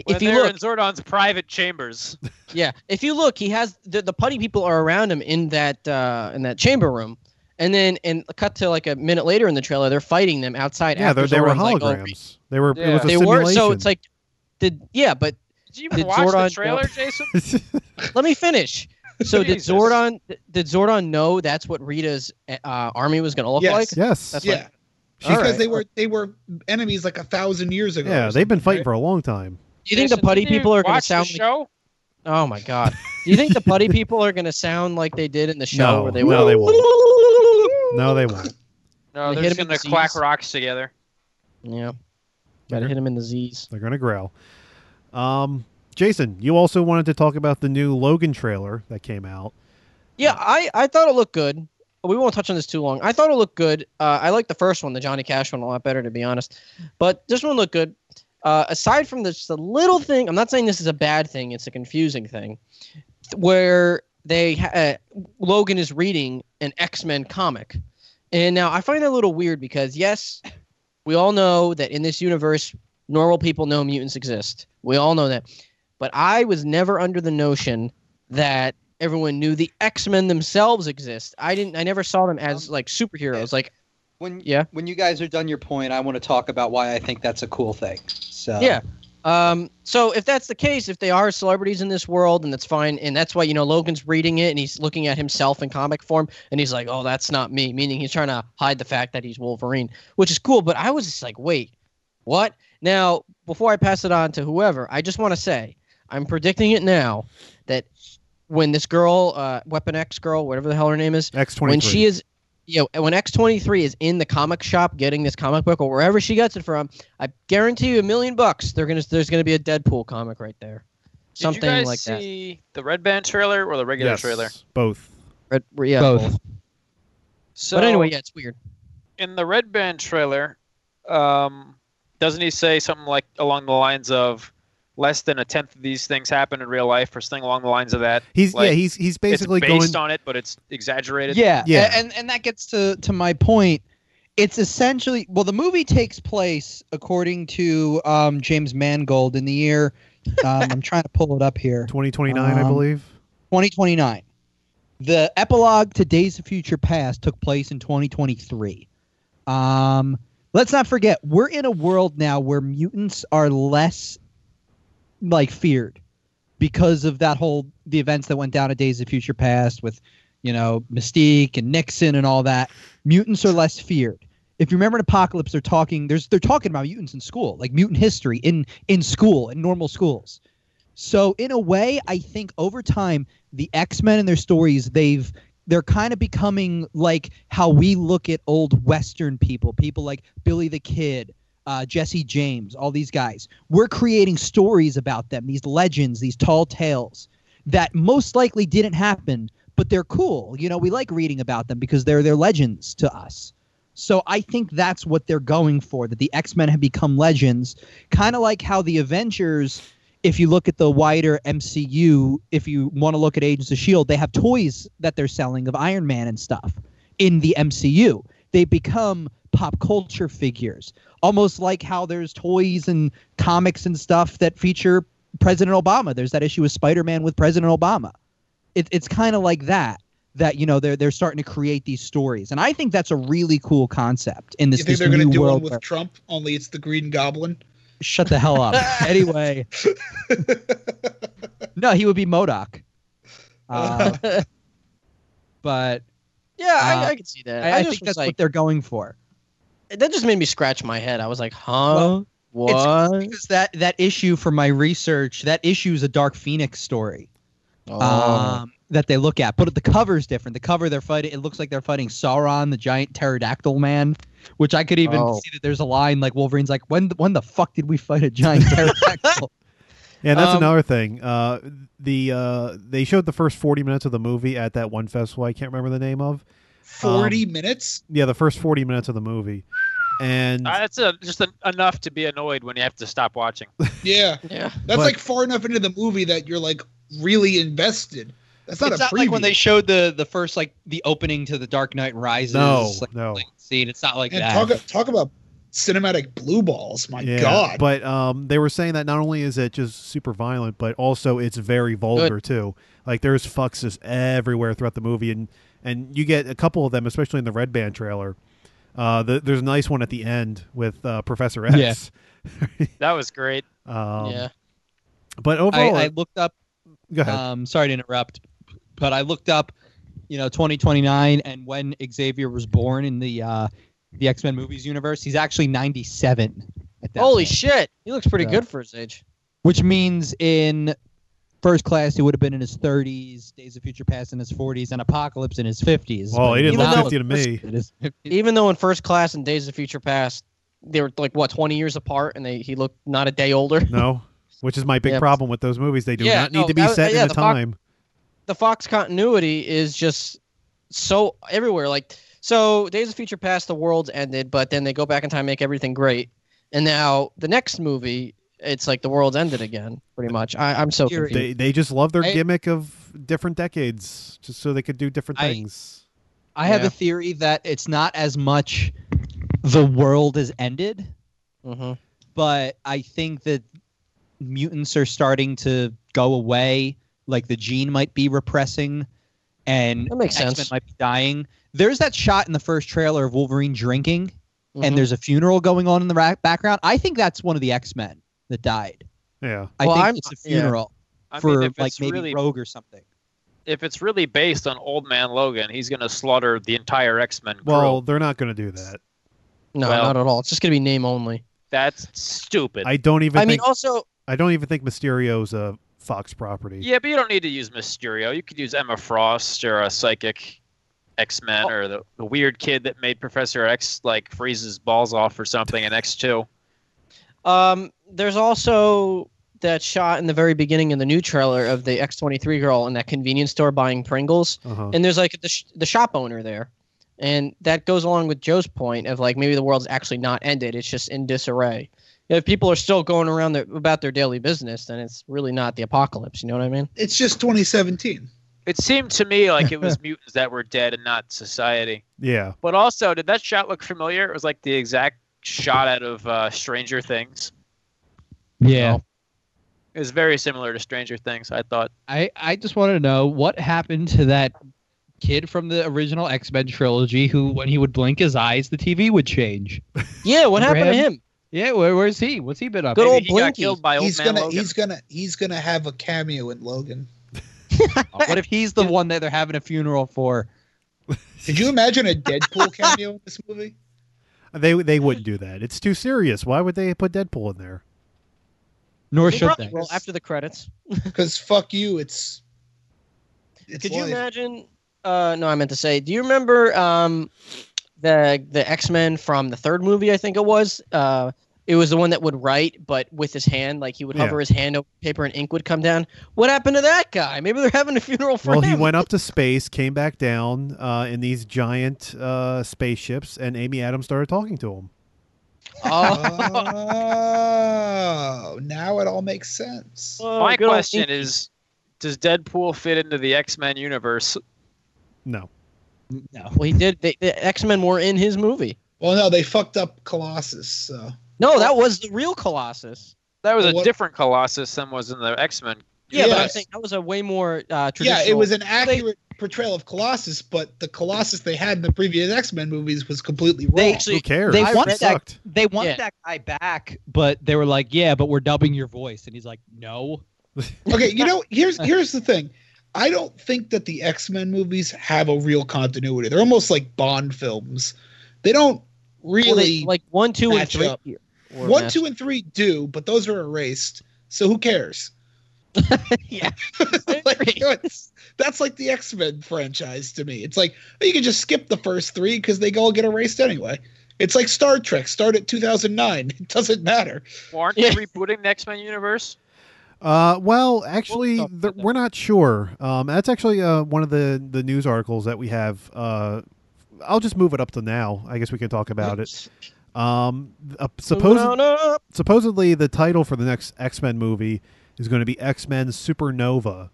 S4: When
S1: if you
S4: they're
S1: look,
S4: in Zordon's private chambers.
S1: yeah, if you look, he has the, the putty people are around him in that uh, in that chamber room, and then and cut to like a minute later in the trailer, they're fighting them outside.
S2: yeah,
S1: after
S2: they were
S1: Zordon's like, oh,
S2: holograms. they were. It
S4: Yeah.
S2: was a
S1: they
S2: simulation.
S1: were so it's like, did yeah, but
S4: Did you even
S1: Did
S4: watch
S1: Zordon-
S4: the trailer, Jason?
S1: let me finish. So did
S4: Jesus.
S1: Zordon did Zordon know that's what Rita's uh, army was going to look
S3: Yes.
S1: like?
S2: yes,
S1: That's
S3: yeah,
S2: She-
S3: because
S1: Alright.
S3: they were they were enemies like a thousand years ago.
S2: yeah.
S3: or
S2: They've been
S3: something,
S2: fighting for a long time.
S1: Do you think the
S4: Jason,
S1: putty
S4: didn't you
S1: people are going to
S4: watch the
S1: sound like
S4: show?
S1: Oh my god. Do you think the putty people are going to sound like they did in the show
S2: no,
S1: where they
S2: no,
S1: went
S2: they won't. No, they won't.
S4: No,
S1: They
S4: they're
S1: hit
S4: just
S1: him
S4: going
S1: with
S4: to clack
S1: disease.
S4: rocks together.
S1: Yeah. Got to hit him in the Z's.
S2: They're gonna growl. Um, Jason, you also wanted to talk about the new Logan trailer that came out.
S1: Yeah, I I thought it looked good. We won't touch on this too long. I thought it looked good. Uh, I like the first one, the Johnny Cash one, a lot better, to be honest. But this one looked good. Uh, aside from this, the little thing, I'm not saying this is a bad thing. It's a confusing thing, where they ha- uh, Logan is reading an X Men comic, and now I find that a little weird because yes, we all know that in this universe, normal people know mutants exist. We all know that, but I was never under the notion that everyone knew the X-Men themselves exist. I didn't I never saw them as like superheroes. Like
S6: When
S1: Yeah.
S6: when you guys are done your point, I want to talk about why I think that's a cool thing. So
S1: Yeah. um so if that's the case, if they are celebrities in this world and that's fine and that's why you know Logan's reading it and he's looking at himself in comic form and he's like, "Oh, that's not me," meaning he's trying to hide the fact that he's Wolverine, which is cool, but I was just like, "Wait, what?" Now, before I pass it on to whoever, I just want to say I'm predicting it now that when this girl, uh, Weapon X girl, whatever the hell her name is,
S2: X twenty
S1: when she
S2: three.
S1: is you know when x23 is in the comic shop getting this comic book or wherever she gets it from i guarantee you a million bucks they're gonna there's gonna be a deadpool comic right there something
S4: Did you guys
S1: like that
S4: see the Red Band trailer or the regular trailer?
S2: Both.
S1: Red, yeah,
S5: Both.
S4: So,
S1: but anyway yeah it's weird
S4: in the Red Band trailer, um, doesn't he say something like along the lines of less than a tenth of these things happen in real life or something along the lines of that?
S2: He's
S4: Like,
S2: yeah. He's he's basically
S4: it's based
S2: going.
S4: on it, but it's exaggerated.
S6: Yeah,
S2: Yeah.
S6: a- And and that gets to to my point. It's essentially well, the movie takes place according to um, James Mangold in the year. Um, I'm trying to pull it up here.
S2: 2029, I
S6: Um,
S2: believe.
S6: 2029. The epilogue to Days of Future Past took place in 2023. Um, let's not forget, we're in a world now where mutants are less like feared because of that whole the events that went down at Days of Future Past with, you know, Mystique and Nixon and all that. Mutants are less feared. If you remember in Apocalypse, they're talking there's they're talking about mutants in school, like mutant history in in school, in normal schools. So in a way, I think over time, the X Men and their stories, they've they're kind of becoming like how we look at old Western people, people like Billy the Kid, uh, Jesse James, all these guys. We're creating stories about them, these legends, these tall tales that most likely didn't happen, but they're cool. You know, we like reading about them because they're they're legends to us. So I think that's what they're going for. That the X Men have become legends, kind of like how the Avengers if you look at the wider MCU, if you want to look at Agents of Shield, E they have toys that they're selling of Iron Man and stuff in the MCU. They become pop culture figures, almost like how there's toys and comics and stuff that feature President Obama. There's that issue with Spider Man with President Obama. it, it's kind of like that that you know they're they're starting to create these stories, and I think that's a really cool concept in this.
S3: you think
S6: this
S3: they're going to
S6: new
S3: do
S6: world
S3: one with
S6: where-
S3: Trump? Only it's the Green Goblin.
S2: Um,
S6: Shut the hell up. anyway, no, he would be Modoc. Uh, but
S1: Yeah, I,
S6: Uh,
S1: I can see that.
S6: I,
S1: I,
S6: I
S1: just
S6: think
S1: was
S6: that's what
S1: like,
S6: they're going for.
S1: that just made me scratch my head. I was like, huh?
S6: Well,
S1: what?
S6: Because that that issue for my research, that issue is a Dark Phoenix story
S1: Oh.
S6: um, that they look at. But the cover is different. The cover they're fighting, it looks like they're fighting Sauron, the giant pterodactyl man. Which I could even
S1: Oh.
S6: see that there's a line like Wolverine's like, when when the fuck did we fight a giant pterodactyl?
S2: Yeah, that's
S1: Um,
S2: another thing. Uh, the uh, they showed the first forty minutes of the movie at that one festival. I can't remember the name of.
S3: Forty minutes.
S2: Yeah, the first forty minutes of the movie, and
S4: Uh, that's a, just en- enough to be annoyed when you have to stop watching.
S3: Yeah,
S1: yeah.
S3: that's
S2: But-
S3: like far enough into the movie that you're like really invested. That's not
S6: it's
S3: a
S6: not
S3: preview.
S6: like when they showed the the first like the opening to the Dark Knight Rises
S2: no,
S6: like,
S2: no,
S6: like, scene. It's not like
S3: and
S6: that.
S3: talk talk about cinematic blue balls. My
S2: yeah,
S3: God.
S2: But um, they were saying that not only is it just super violent, but also it's very vulgar too. Like there's fucks just everywhere throughout the movie, and and you get a couple of them, especially in the Red Band trailer. Uh, the, there's a nice one at the end with uh, Professor X.
S4: That was great.
S2: Um,
S1: yeah. uh,
S2: But
S6: I,
S2: overall,
S6: I looked up
S2: go ahead.
S6: Um, sorry to interrupt, but I looked up, you know, 2029 and when Xavier was born in the uh, the X Men movies universe. He's actually 97 at that
S1: Holy
S6: point,
S1: shit. He looks pretty
S6: Yeah.
S1: good for his age.
S6: which means in first class he would have been in his 30s, Days of Future Past in his 40s, and Apocalypse in his 50s.
S2: Well,
S6: But
S2: he didn't
S1: look
S6: now-
S2: 50 to me.
S6: It is-
S1: Even though in first class and Days of Future Past, they were like what twenty years apart, and they he looked not a day older.
S2: No, which is my big
S1: Yeah.
S2: problem with those movies. They do
S1: Yeah,
S2: not need
S1: no,
S2: to be
S1: that was-
S2: set
S1: yeah,
S2: in a
S1: the Fox-
S2: time.
S1: the Fox continuity is just so everywhere. Like, so Days of Future Past, the world's ended, but then they go back in time, make everything great, and now the next movie, it's like the world's ended again, pretty much. I, I'm so
S6: Eerie.
S1: confused.
S2: They they just love their
S6: I-
S2: gimmick of different decades, just so they could do different
S6: I-
S2: things.
S6: I have
S1: Yeah.
S6: a theory that it's not as much the world has ended
S1: hmm
S6: but I think that mutants are starting to go away. Like the gene might be repressing, and
S1: That makes
S6: X-Men
S1: sense.
S6: might be dying. There's that shot in the first trailer of Wolverine drinking,
S1: Mhm.
S6: and there's a funeral going on in the ra- background. I think that's one of the X-Men that died.
S2: Yeah,
S6: I
S1: Well,
S6: think
S1: I'm-
S6: it's a
S1: yeah.
S6: funeral
S4: I
S6: for
S4: mean, if
S6: like
S4: it's
S6: maybe
S4: really
S6: Rogue or something.
S4: if it's really based on Old Man Logan, he's going to slaughter the entire X Men crew.
S2: well, they're not going to do that.
S1: no,
S4: well-
S1: not at all. It's just gonna be name only.
S4: that's stupid.
S2: I don't even.
S1: I mean,
S2: think,
S1: also
S2: I don't even think Mysterio's a Fox property.
S4: yeah, but you don't need to use Mysterio. You could use Emma Frost or a psychic X
S1: Oh.
S4: Men or the, the weird kid that made Professor X like freeze his balls off or something in X Two.
S1: Um, there's also that shot in the very beginning in the new trailer of the X23 girl in that convenience store buying Pringles,
S2: Uh-huh.
S1: and there's like the, sh- the shop owner there, and that goes along with Joe's point of like maybe the world's actually not ended; it's just in disarray. If people are still going around their, about their daily business, then it's really not the apocalypse. You know what I mean?
S3: it's just 2017.
S4: It seemed to me like it was mutants that were dead and not society.
S2: Yeah,
S4: But also, did that shot look familiar? It was like the exact shot out of uh, Stranger Things.
S5: Yeah.
S4: It was very similar to Stranger Things. I thought.
S5: I, I just want to know what happened to that kid from the original X Men trilogy who, when he would blink his eyes, the TV would change.
S1: Yeah. What happened to
S5: Graham?
S1: him?
S5: Yeah, where, where's he? What's he been up
S1: Good
S5: to?
S4: Maybe
S1: old
S4: he got
S1: Blinky.
S4: killed by Old
S3: he's
S4: Man
S3: gonna
S4: Logan.
S3: he's gonna he's gonna have a cameo in Logan.
S5: What
S6: what
S5: if
S6: if he's the one that they're having a funeral for?
S3: Could you imagine a Deadpool cameo in this movie?
S2: they they wouldn't do that. It's too serious. Why would they put Deadpool in there?
S5: Nor
S1: They
S5: should
S1: probably
S5: they.
S1: will after the credits.
S3: Because fuck you, it's. it's
S1: Could you
S3: life.
S1: imagine? Uh, no, I meant to say. Do you remember um, the the X Men from the third movie? I think it was. Uh, it was the one that would write, but with his hand, like he would
S2: Yeah.
S1: hover his hand over paper and ink would come down. What happened to that guy? Maybe they're having a funeral for
S2: Well,
S1: him.
S2: he went up to space, came back down uh, in these giant uh, spaceships, and Amy Adams started talking to him.
S1: Oh,
S3: Oh, now it all makes sense.
S4: My
S1: oh, good old
S4: question
S1: Inky.
S4: is, does Deadpool fit into the X Men universe?
S2: No,
S6: No.
S1: Well, he did. They, the X Men were in his movie.
S3: Well, no, they fucked up Colossus. So
S1: No, that was the real Colossus.
S4: That was a
S3: What-
S4: different Colossus than was in the X Men
S1: Yeah, but I'm
S3: Yes.
S1: saying that was a way more uh,
S3: yeah,
S1: traditional.
S3: it was an accurate portrayal of Colossus, but the Colossus they had in the previous X Men movies was completely wrong.
S6: They
S2: Who
S1: actually.
S2: cares?
S6: they
S2: I
S6: want
S2: read-
S6: that-
S2: sucked.
S6: They wanted
S1: Yeah.
S6: that guy back, but they were like, "Yeah, but we're dubbing your voice," and he's like, "No."
S3: okay, you know, here's here's the thing. I don't think that the X Men movies have a real continuity. They're almost like Bond films. They don't really
S1: well, they- like one, two, and
S3: match
S1: three.
S3: up.
S1: were
S3: one,
S1: matched-
S3: two, and three do, but those are erased. So who cares?
S1: Yeah.
S3: like, you know, it's- that's like the X Men franchise to me. It's like you can just skip the first three because they all get erased anyway. It's like Star Trek. Start at 2009. It doesn't matter.
S4: Well, aren't
S1: Yeah.
S4: they rebooting the X Men universe?
S2: Uh, well, actually,
S1: talk about
S2: th-
S1: that.
S2: we're not sure. Um, that's actually uh, one of the, the news articles that we have. Uh, I'll just move it up to now. I guess we can talk about it. Um, uh,
S1: Moving
S2: supposedly,
S1: on up.
S2: supposedly the title for the next X Men movie is going to be X Men Supernova.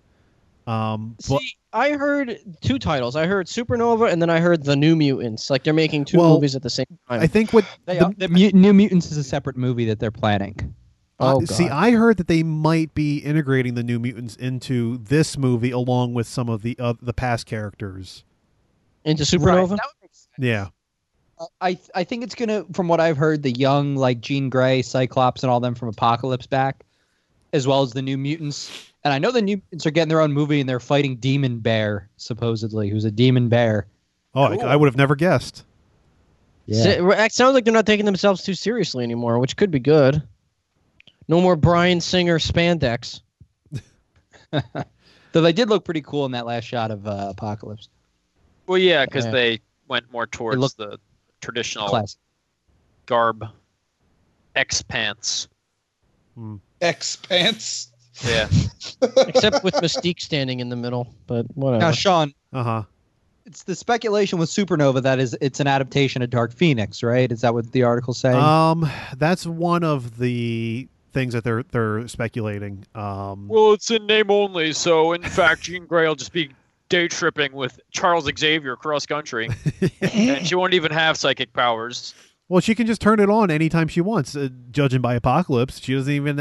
S2: Um,
S1: See,
S2: but
S1: I heard two titles. I heard Supernova, and then I heard The New Mutants. Like they're making two
S2: Well,
S1: movies at the same time.
S2: I think what
S1: They
S2: the-
S1: are-
S6: The Mut- New Mutants is a separate movie that they're planning.
S2: uh,
S1: oh,
S2: see,
S1: God.
S2: I heard that they might be integrating the New Mutants into this movie along with some of the uh, the past characters.
S1: into Supernova.
S2: Yeah,
S6: I I think it's gonna, from what I've heard, the young like Jean Grey, Cyclops, and all them from Apocalypse back, as well as the New Mutants. And I know the New Mutants are getting their own movie, and they're fighting Demon Bear supposedly, who's a demon bear.
S2: Oh, I-
S4: Cool.
S2: I, would have never guessed.
S1: S- It sounds like they're not taking themselves too seriously anymore, which could be good. No more Brian Singer spandex.
S6: Though they did look pretty cool in that last shot of uh, Apocalypse.
S4: Well, yeah, because
S1: Yeah.
S4: they went more towards
S6: looked-
S4: the traditional
S6: Classic.
S4: garb, X pants.
S3: X pants.
S4: Yeah.
S1: Except with Mystique standing in the middle, but whatever.
S6: Now, Sean,
S2: Uh huh.
S6: it's the speculation with Supernova that is it's an adaptation of Dark Phoenix, right? Is that what the article saying?
S2: Um, that's one of the things that they're they're speculating. Um,
S4: Well, it's in name only, so in fact, Jean Grey will just be day tripping with Charles Xavier cross country, and she won't even have psychic powers.
S2: well, she can just turn it on anytime she wants. Uh, judging by Apocalypse, she doesn't even.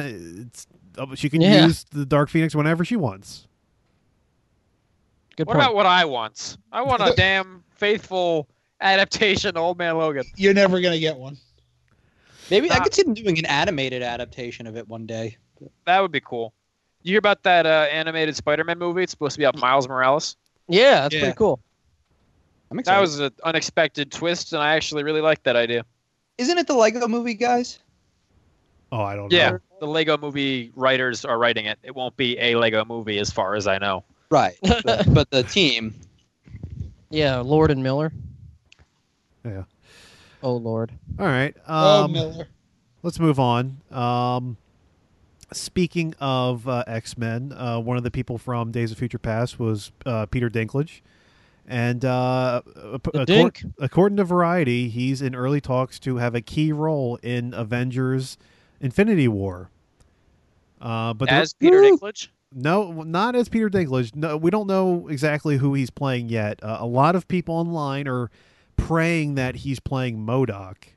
S2: It's, uh, she can
S1: Yeah.
S2: use the Dark Phoenix whenever she wants.
S1: good
S4: what
S1: point.
S4: about what I want? I want a damn faithful adaptation of Old Man Logan.
S3: You're never gonna get one.
S6: Maybe I
S4: uh,
S6: could see them doing an animated adaptation of it one day.
S4: That would be cool. You hear about that uh, animated Spider-Man movie? It's supposed to be about Miles Morales.
S1: yeah, that's
S6: Yeah.
S1: pretty cool.
S6: I'm
S4: That
S6: excited.
S4: was an unexpected twist, and I actually really like that idea.
S6: Isn't it the Lego movie, guys?
S2: Oh, I don't
S4: Yeah,
S2: know.
S4: the Lego movie writers are writing it. It won't be a Lego movie, as far as I know.
S6: Right. but, but the team.
S1: Yeah, Lord and Miller.
S2: Yeah.
S1: Oh Lord.
S2: All right.
S3: oh,
S2: Um,
S3: Miller.
S2: let's move on. Um, speaking of uh, X Men, uh, one of the people from Days of Future Past was uh, Peter Dinklage, and uh, ap-
S1: The
S2: accor-
S1: Dink.
S2: according to Variety, he's in early talks to have a key role in Avengers: Infinity War. Uh, but there-
S4: as Peter
S6: Woo!
S4: Dinklage,
S2: no, not as Peter Dinklage. No, we don't know exactly who he's playing yet. Uh, a lot of people online are praying that he's playing Modoc.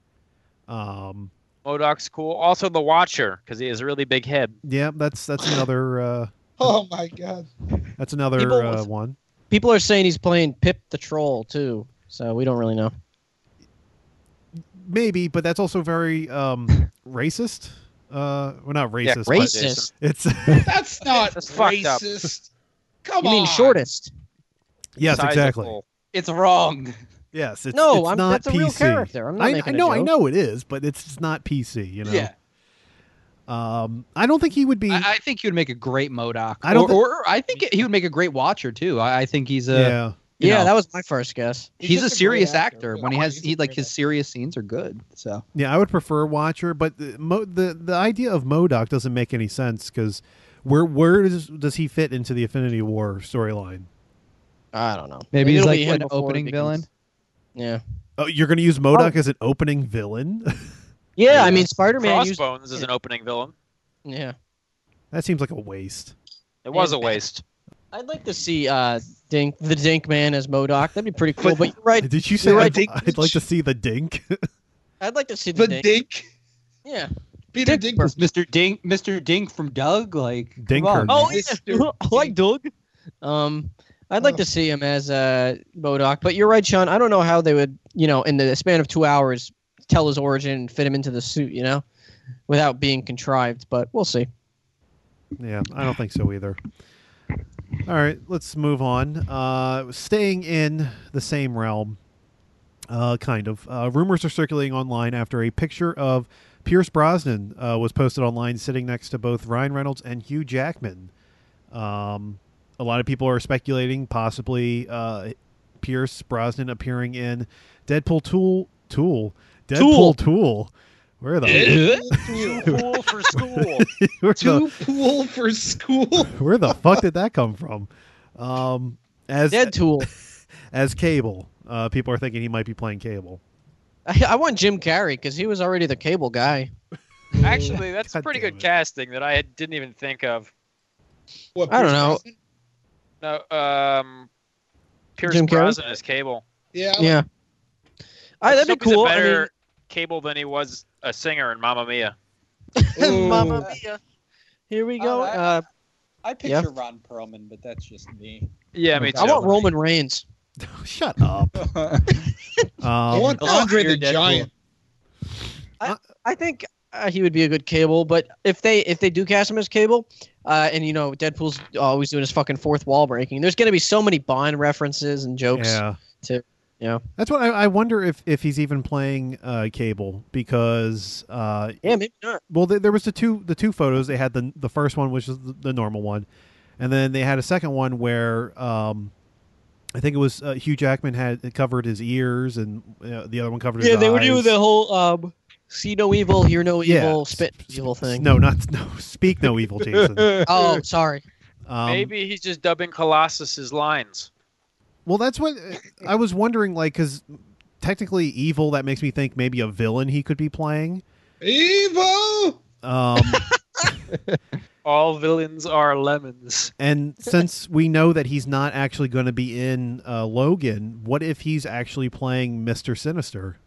S2: Um,
S4: Modoc's cool. Also, the Watcher, because he has a really big head.
S2: yeah, that's that's another uh,
S3: Oh my god.
S2: that's another
S1: People
S2: uh,
S1: was-
S2: one.
S1: People are saying he's playing Pip the Troll too, so we don't really know.
S2: Maybe, but that's also very um, racist. Uh, well, not
S4: Yeah,
S2: racist. but
S1: Racist.
S2: It's
S3: That's not
S4: That's fucked up.
S3: racist. Come
S1: You
S3: on.
S1: mean shortest?
S2: yes,
S4: Size
S2: exactly.
S4: equal.
S6: It's wrong.
S2: Yes, it's
S1: No,
S2: it's
S1: I'm,
S2: not
S1: that's a real
S2: PC.
S1: character. I'm not
S2: I, I
S1: making a
S2: know, I
S1: joke.
S2: know it is, but it's just not PC. You know.
S6: Yeah.
S2: Um, I don't think he would be.
S6: I, I think he would make a great Modoc.
S2: I don't
S6: or,
S2: thi-
S6: or I think he would make a great Watcher too. I, I think he's a
S2: yeah.
S6: you
S1: Yeah,
S6: know.
S1: that was my first guess.
S3: He's
S6: he's, a
S3: just a great
S6: serious
S3: actor,
S6: actor.
S3: yeah.
S6: When he has
S3: He's a
S6: he like
S3: great
S6: his
S3: actor.
S6: serious scenes are good. So
S2: Yeah, I would prefer Watcher, but the Mo, the, the idea of Modoc doesn't make any sense because where where does, does he fit into the Affinity War storyline?
S1: I don't know.
S6: Maybe he's
S1: it'll
S6: like
S1: be him
S6: an
S1: before it
S6: opening
S1: begins.
S6: villain?
S1: Yeah.
S2: Oh, you're going to use Modoc as an opening villain?
S1: Yeah, I mean Spider-Man used.
S4: Crossbones is an opening villain.
S1: Yeah.
S2: that seems like a waste.
S4: It was a
S1: And-
S4: waste.
S1: I'd like to see uh, Dink the Dink Man as Modoc. That'd be pretty cool. But you're right.
S2: Did you say
S1: You're
S2: I'd,
S3: right, Dink-
S2: I'd like to see the Dink?
S1: I'd like to see the,
S3: The
S1: Dink.
S3: dink.
S1: Yeah.
S3: Peter
S5: Dick
S3: Dinklage.
S5: was Mr. Dink, Mr. Dink from Doug, like come
S2: Dinker.
S5: on.
S1: Oh, yeah.
S3: Mr.
S1: I like Doug. Um, I'd
S2: Oh.
S1: like to see him as uh, Bodoc, but you're right, Sean. I don't know how they would, you know, in the span of two hours, tell his origin and fit him into the suit, you know, without being contrived. But we'll see.
S2: Yeah, I don't think so either. All right, let's move on. Uh, staying in the same realm, uh, kind of. Uh, rumors are circulating online after a picture of Pierce Brosnan uh, was posted online sitting next to both Ryan Reynolds and Hugh Jackman. Um, a lot of people are speculating possibly uh, Pierce Brosnan appearing in Deadpool Tool. Tool. Deadpool Tool. Where the
S4: Cool for school.
S2: where the-
S3: Two pool for school.
S2: Where the fuck did that come from? Um, as
S1: Dead Tool.
S2: as Cable, uh, people are thinking he might be playing Cable.
S1: I, I want Jim Carrey because he was already the cable guy.
S4: Actually, that's
S2: God
S4: pretty
S2: damn
S4: good
S2: it.
S4: casting that I had- didn't even think of.
S3: What,
S1: I don't
S3: Pierce
S1: know.
S3: Brosnan?
S4: No, um, Pierce
S1: Jim Carrey?
S4: Brosnan is Cable.
S3: Yeah. I
S1: Oh, Yeah. I, that'd be
S4: Hope he's a
S1: cool. I
S4: better
S1: mean-
S4: Cable than he was a singer in Mamma Mia.
S3: like- Ooh.
S1: Mamma mia. Here we go.
S7: Oh, I-
S1: Uh,
S7: I
S1: Yeah.
S7: picture Ron Perlman, but that's just me.
S4: Yeah, me too.
S1: I want Roman Reigns.
S2: Shut up. Um,
S3: I want
S7: Oh,
S3: Andre the
S7: you're Deadpool.
S3: Giant.
S1: I think uh, he would be a good Cable, but if they if they do cast him as Cable, uh, and you know Deadpool's always doing his fucking fourth wall breaking, there's gonna be so many Bond references and jokes.
S2: Um, yeah.
S1: to- yeah.
S2: That's what I, I wonder if if he's even playing uh, Cable because uh,
S1: Yeah, maybe not.
S2: well th- there was the two the two photos they had the the first one which is the, the normal one and then they had a second one where um i think it was uh, hugh jackman had covered his ears and uh, the other one covered his eyes.
S1: whole um, see no evil, hear no
S2: Yeah.
S1: evil, spit evil thing.
S2: no not no speak no evil jason
S1: Oh, sorry.
S2: um,
S4: Maybe he's just dubbing Colossus's lines.
S2: well that's what uh, i was wondering like because technically evil that makes me think maybe a villain he could be playing
S3: Evil.
S2: um
S4: All villains are lemons.
S2: And since we know that he's not actually going to be in uh, Logan, what if he's actually playing Mister Sinister?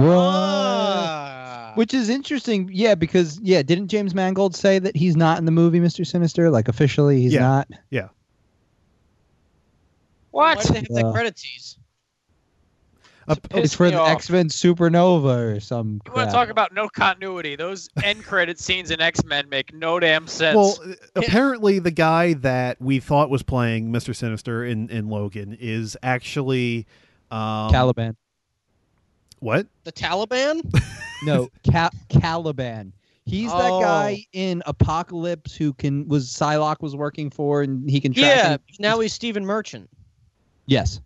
S1: Ah.
S6: Which is interesting, yeah, because yeah, didn't James Mangold say that he's not in the movie Mr. Sinister? Like officially, he's
S2: Yeah.
S6: not.
S1: Why do
S4: What?
S1: they have that
S6: Uh,
S1: credit tease?
S2: Uh,
S4: It's a
S6: It's
S4: Piss
S6: for
S4: me
S6: the
S4: off.
S6: X Men Supernova or some.
S4: Oh, You want
S6: crap.
S4: to talk about no continuity? Those end credit scenes in X Men make no damn sense.
S2: well, apparently the guy that we thought was playing Mister Sinister in, in Logan is actually um,
S6: Caliban?
S2: what?
S1: The Taliban?
S6: No, Ca- Caliban. He's
S1: Oh.
S6: that guy in Apocalypse who can was Psylocke was working for, and he can track.
S1: yeah.
S6: him.
S1: Now he's Stephen Merchant.
S6: yes,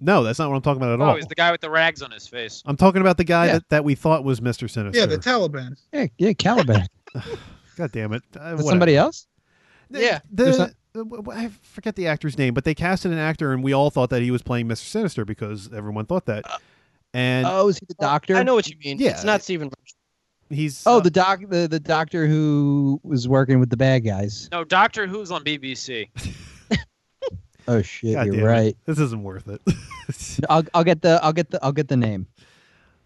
S2: No, that's not what I'm talking about at
S4: oh,
S2: all.
S4: he's the guy with the rags on his face.
S2: I'm talking about the guy
S6: Yeah.
S2: that, that we thought was Mister Sinister.
S3: Yeah, the Taliban.
S6: yeah, yeah, Caliban.
S2: God damn it! Uh,
S6: Was
S2: whatever.
S6: somebody else?
S2: The-
S1: Yeah.
S2: the,
S6: There's not-
S2: uh, w- w- I forget the actor's name, but they casted an actor, and we all thought that he was playing Mister Sinister because everyone thought that. And
S6: Uh, oh, is he the doctor?
S1: I know what you mean.
S2: Yeah.
S1: It's not Stephen Merchant.
S2: he's
S6: Oh,
S2: uh,
S6: the doc, the, the doctor who was working with the bad guys.
S4: No, Doctor Who's on BBC.
S6: Oh shit,
S2: God damn
S6: you're
S2: it.
S6: right.
S2: This isn't worth it.
S6: I'll, I'll get the I'll get the I'll get the name.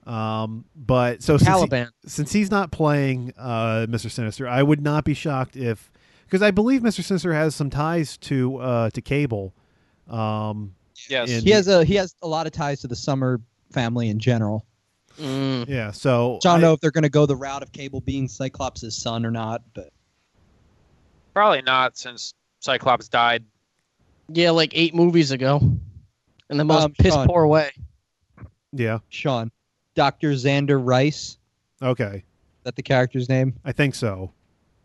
S2: um, but so since, he-
S1: Taliban.
S2: since he's not playing uh, Mr. Sinister, I would not be shocked if because I believe Mr. Sinister has some ties to uh, to Cable. Um,
S4: Yes.
S2: in-
S6: He has a he has a lot of ties to the Summer family in general.
S1: Mm.
S2: yeah, so
S6: So I don't
S2: I-
S6: know if they're going to go the route of Cable being Cyclops' son or not, but
S4: Probably not, since Cyclops died.
S1: Yeah, like eight movies ago. In the most
S6: Um,
S1: piss
S6: Sean.
S1: poor way.
S2: yeah,
S6: Sean, Doctor Xander Rice, is
S2: okay,
S6: that the character's name?
S2: I think so.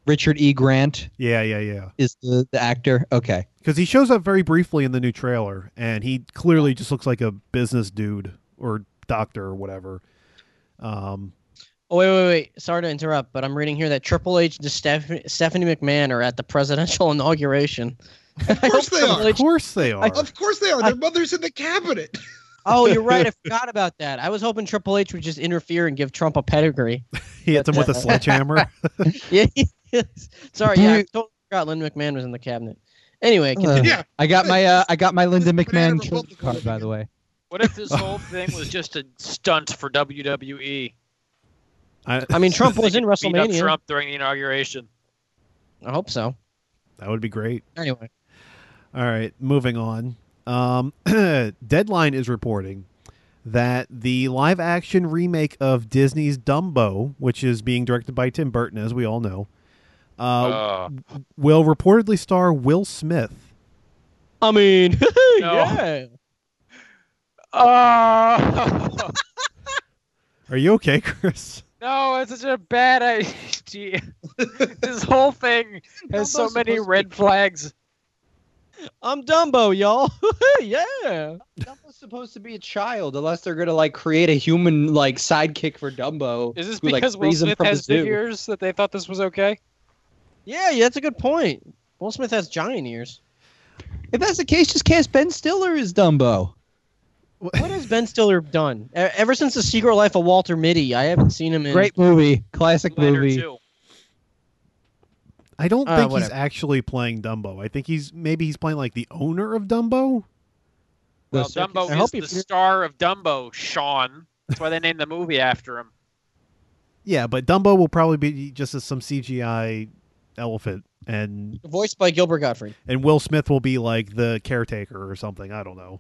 S6: Richard E. Grant
S2: Yeah, yeah, yeah.
S6: is the the actor. Okay,
S2: Because he shows up very briefly in the new trailer, and he clearly just looks like a business dude or doctor or whatever. Um,
S1: Oh wait, wait, wait! Sorry to interrupt, but I'm reading here that Triple H and Stephanie, Stephanie McMahon are at the presidential inauguration. Of
S3: course they are.
S2: of course they are.
S3: Of course they are. Their mother's in the cabinet.
S1: Oh, you're right. I forgot about that. I was hoping Triple H would just interfere and give Trump a pedigree.
S2: he hits him with a sledgehammer.
S1: Yeah. Sorry.
S6: Do
S1: Yeah. I
S6: you-
S1: totally forgot Lynn McMahon was in the cabinet. Anyway,
S6: Uh,
S1: continue.
S3: Yeah.
S6: I got my uh, I got my Linda
S3: Banana
S6: McMahon
S3: Republic
S6: tribute card by the way.
S4: What if this whole thing was just a stunt for WWE?
S2: I,
S1: I mean, Trump was in
S4: E? Beat up
S1: WrestleMania.
S4: Trump during the inauguration.
S1: I hope so.
S2: that would be great.
S1: Anyway,
S2: All right, moving on. Um, Deadline is reporting that the live action remake of Disney's Dumbo, which is being directed by Tim Burton, as we all know, uh,
S4: Uh,
S2: will reportedly star Will Smith.
S1: I mean, yeah.
S4: No.
S7: Oh,
S2: Are you okay, Chris?
S7: no, it's such a bad idea. this whole thing has so many red flags.
S1: I'm Dumbo, y'all. yeah.
S6: Dumbo's supposed to be a child, unless they're gonna like create a human like sidekick for Dumbo.
S7: Is this
S6: who, like,
S7: because Will
S6: frees him
S7: Smith
S6: from the
S7: has big
S6: zoo.
S7: ears that they thought this was okay?
S1: Yeah, yeah, that's a good point. Will Smith has giant ears.
S6: If that's the case, just cast Ben Stiller as Dumbo.
S1: What has Ben Stiller done? E- Ever since The Secret Life of Walter Mitty, I haven't seen him in.
S6: Great movie, classic
S4: Leonard
S6: movie.
S4: too.
S2: I don't
S1: Uh,
S2: think he's
S1: whatever.
S2: actually playing Dumbo. I think he's maybe he's playing like the owner of Dumbo.
S4: Well,
S6: The circus-
S4: Dumbo
S1: I
S4: is
S1: hope
S4: the
S1: he-
S4: star of Dumbo, Sean. That's why they named the movie after him.
S2: Yeah, but Dumbo will probably be just as some CGI elephant, and
S1: Voiced by Gilbert Gottfried.
S2: and Will Smith will be like the caretaker or something. I don't know.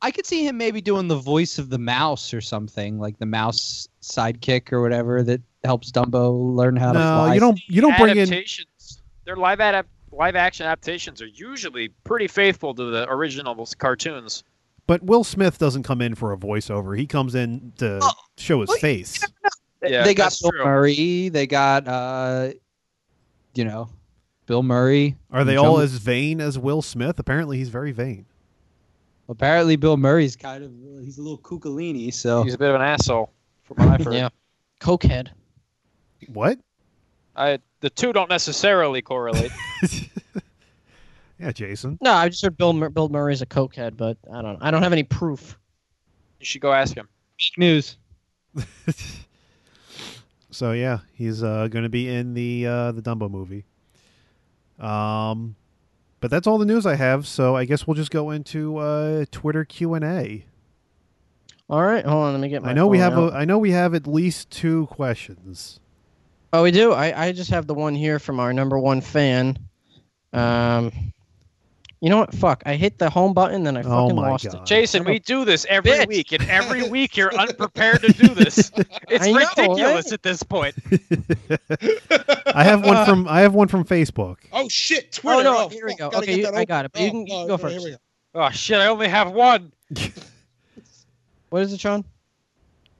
S6: I could see him maybe doing the voice of the mouse or something, like the mouse sidekick or whatever that helps Dumbo learn how to
S2: No,
S6: fly.
S2: you don't. You don't bring in.
S4: adaptations. Their live adapt live action adaptations are usually pretty faithful to the original cartoons.
S2: But Will Smith doesn't come in for a voiceover. He comes in to
S6: Oh,
S2: show his
S6: well,
S2: face.
S4: Yeah,
S6: they got
S4: that's
S6: Bill
S4: true.
S6: Murray. They got, uh, you know, Bill Murray.
S2: Are they
S6: Jung-
S2: all as vain as Will Smith? Apparently, he's very vain.
S6: Apparently, Bill Murray's kind of he's a little kookalini. So
S7: He's a bit of an asshole, from what I've heard.
S1: Yeah. Cokehead.
S2: What?
S4: I, the two don't necessarily correlate.
S2: Yeah, Jason.
S1: No, I just heard Bill Mur- Bill Murray's a cokehead, but I don't. I don't have any proof.
S4: you should go ask him.
S6: news.
S2: So yeah, he's uh, going to be in the uh, the Dumbo movie. Um, but that's all the news I have. So I guess we'll just go into uh, Twitter Q and A.
S1: All right, hold on. Let me get my.
S2: I know we
S1: phone
S2: have
S1: out.
S2: a, I know we have at least two questions.
S1: Oh, we do. I, I just have the one here from our number one fan. Um, you know what? Fuck. I hit the home button, then I fucking
S2: Oh my
S1: lost it.
S2: god!
S4: Jason, we do this every
S1: Bitch.
S4: week, and every week you're unprepared to do this. It's
S1: I know,
S4: ridiculous
S1: right?
S4: at this point.
S2: I have one from I have one from Facebook.
S3: Oh shit! Twitter.
S1: Oh, no, here we
S3: fuck,
S1: go.
S3: gotta
S1: Okay,
S3: get
S1: you-
S3: that
S1: I
S3: open. oh,
S1: got it, but you can- you can go
S3: here
S1: first.
S3: we go.
S4: Oh shit! I only have one.
S1: What is it, Sean?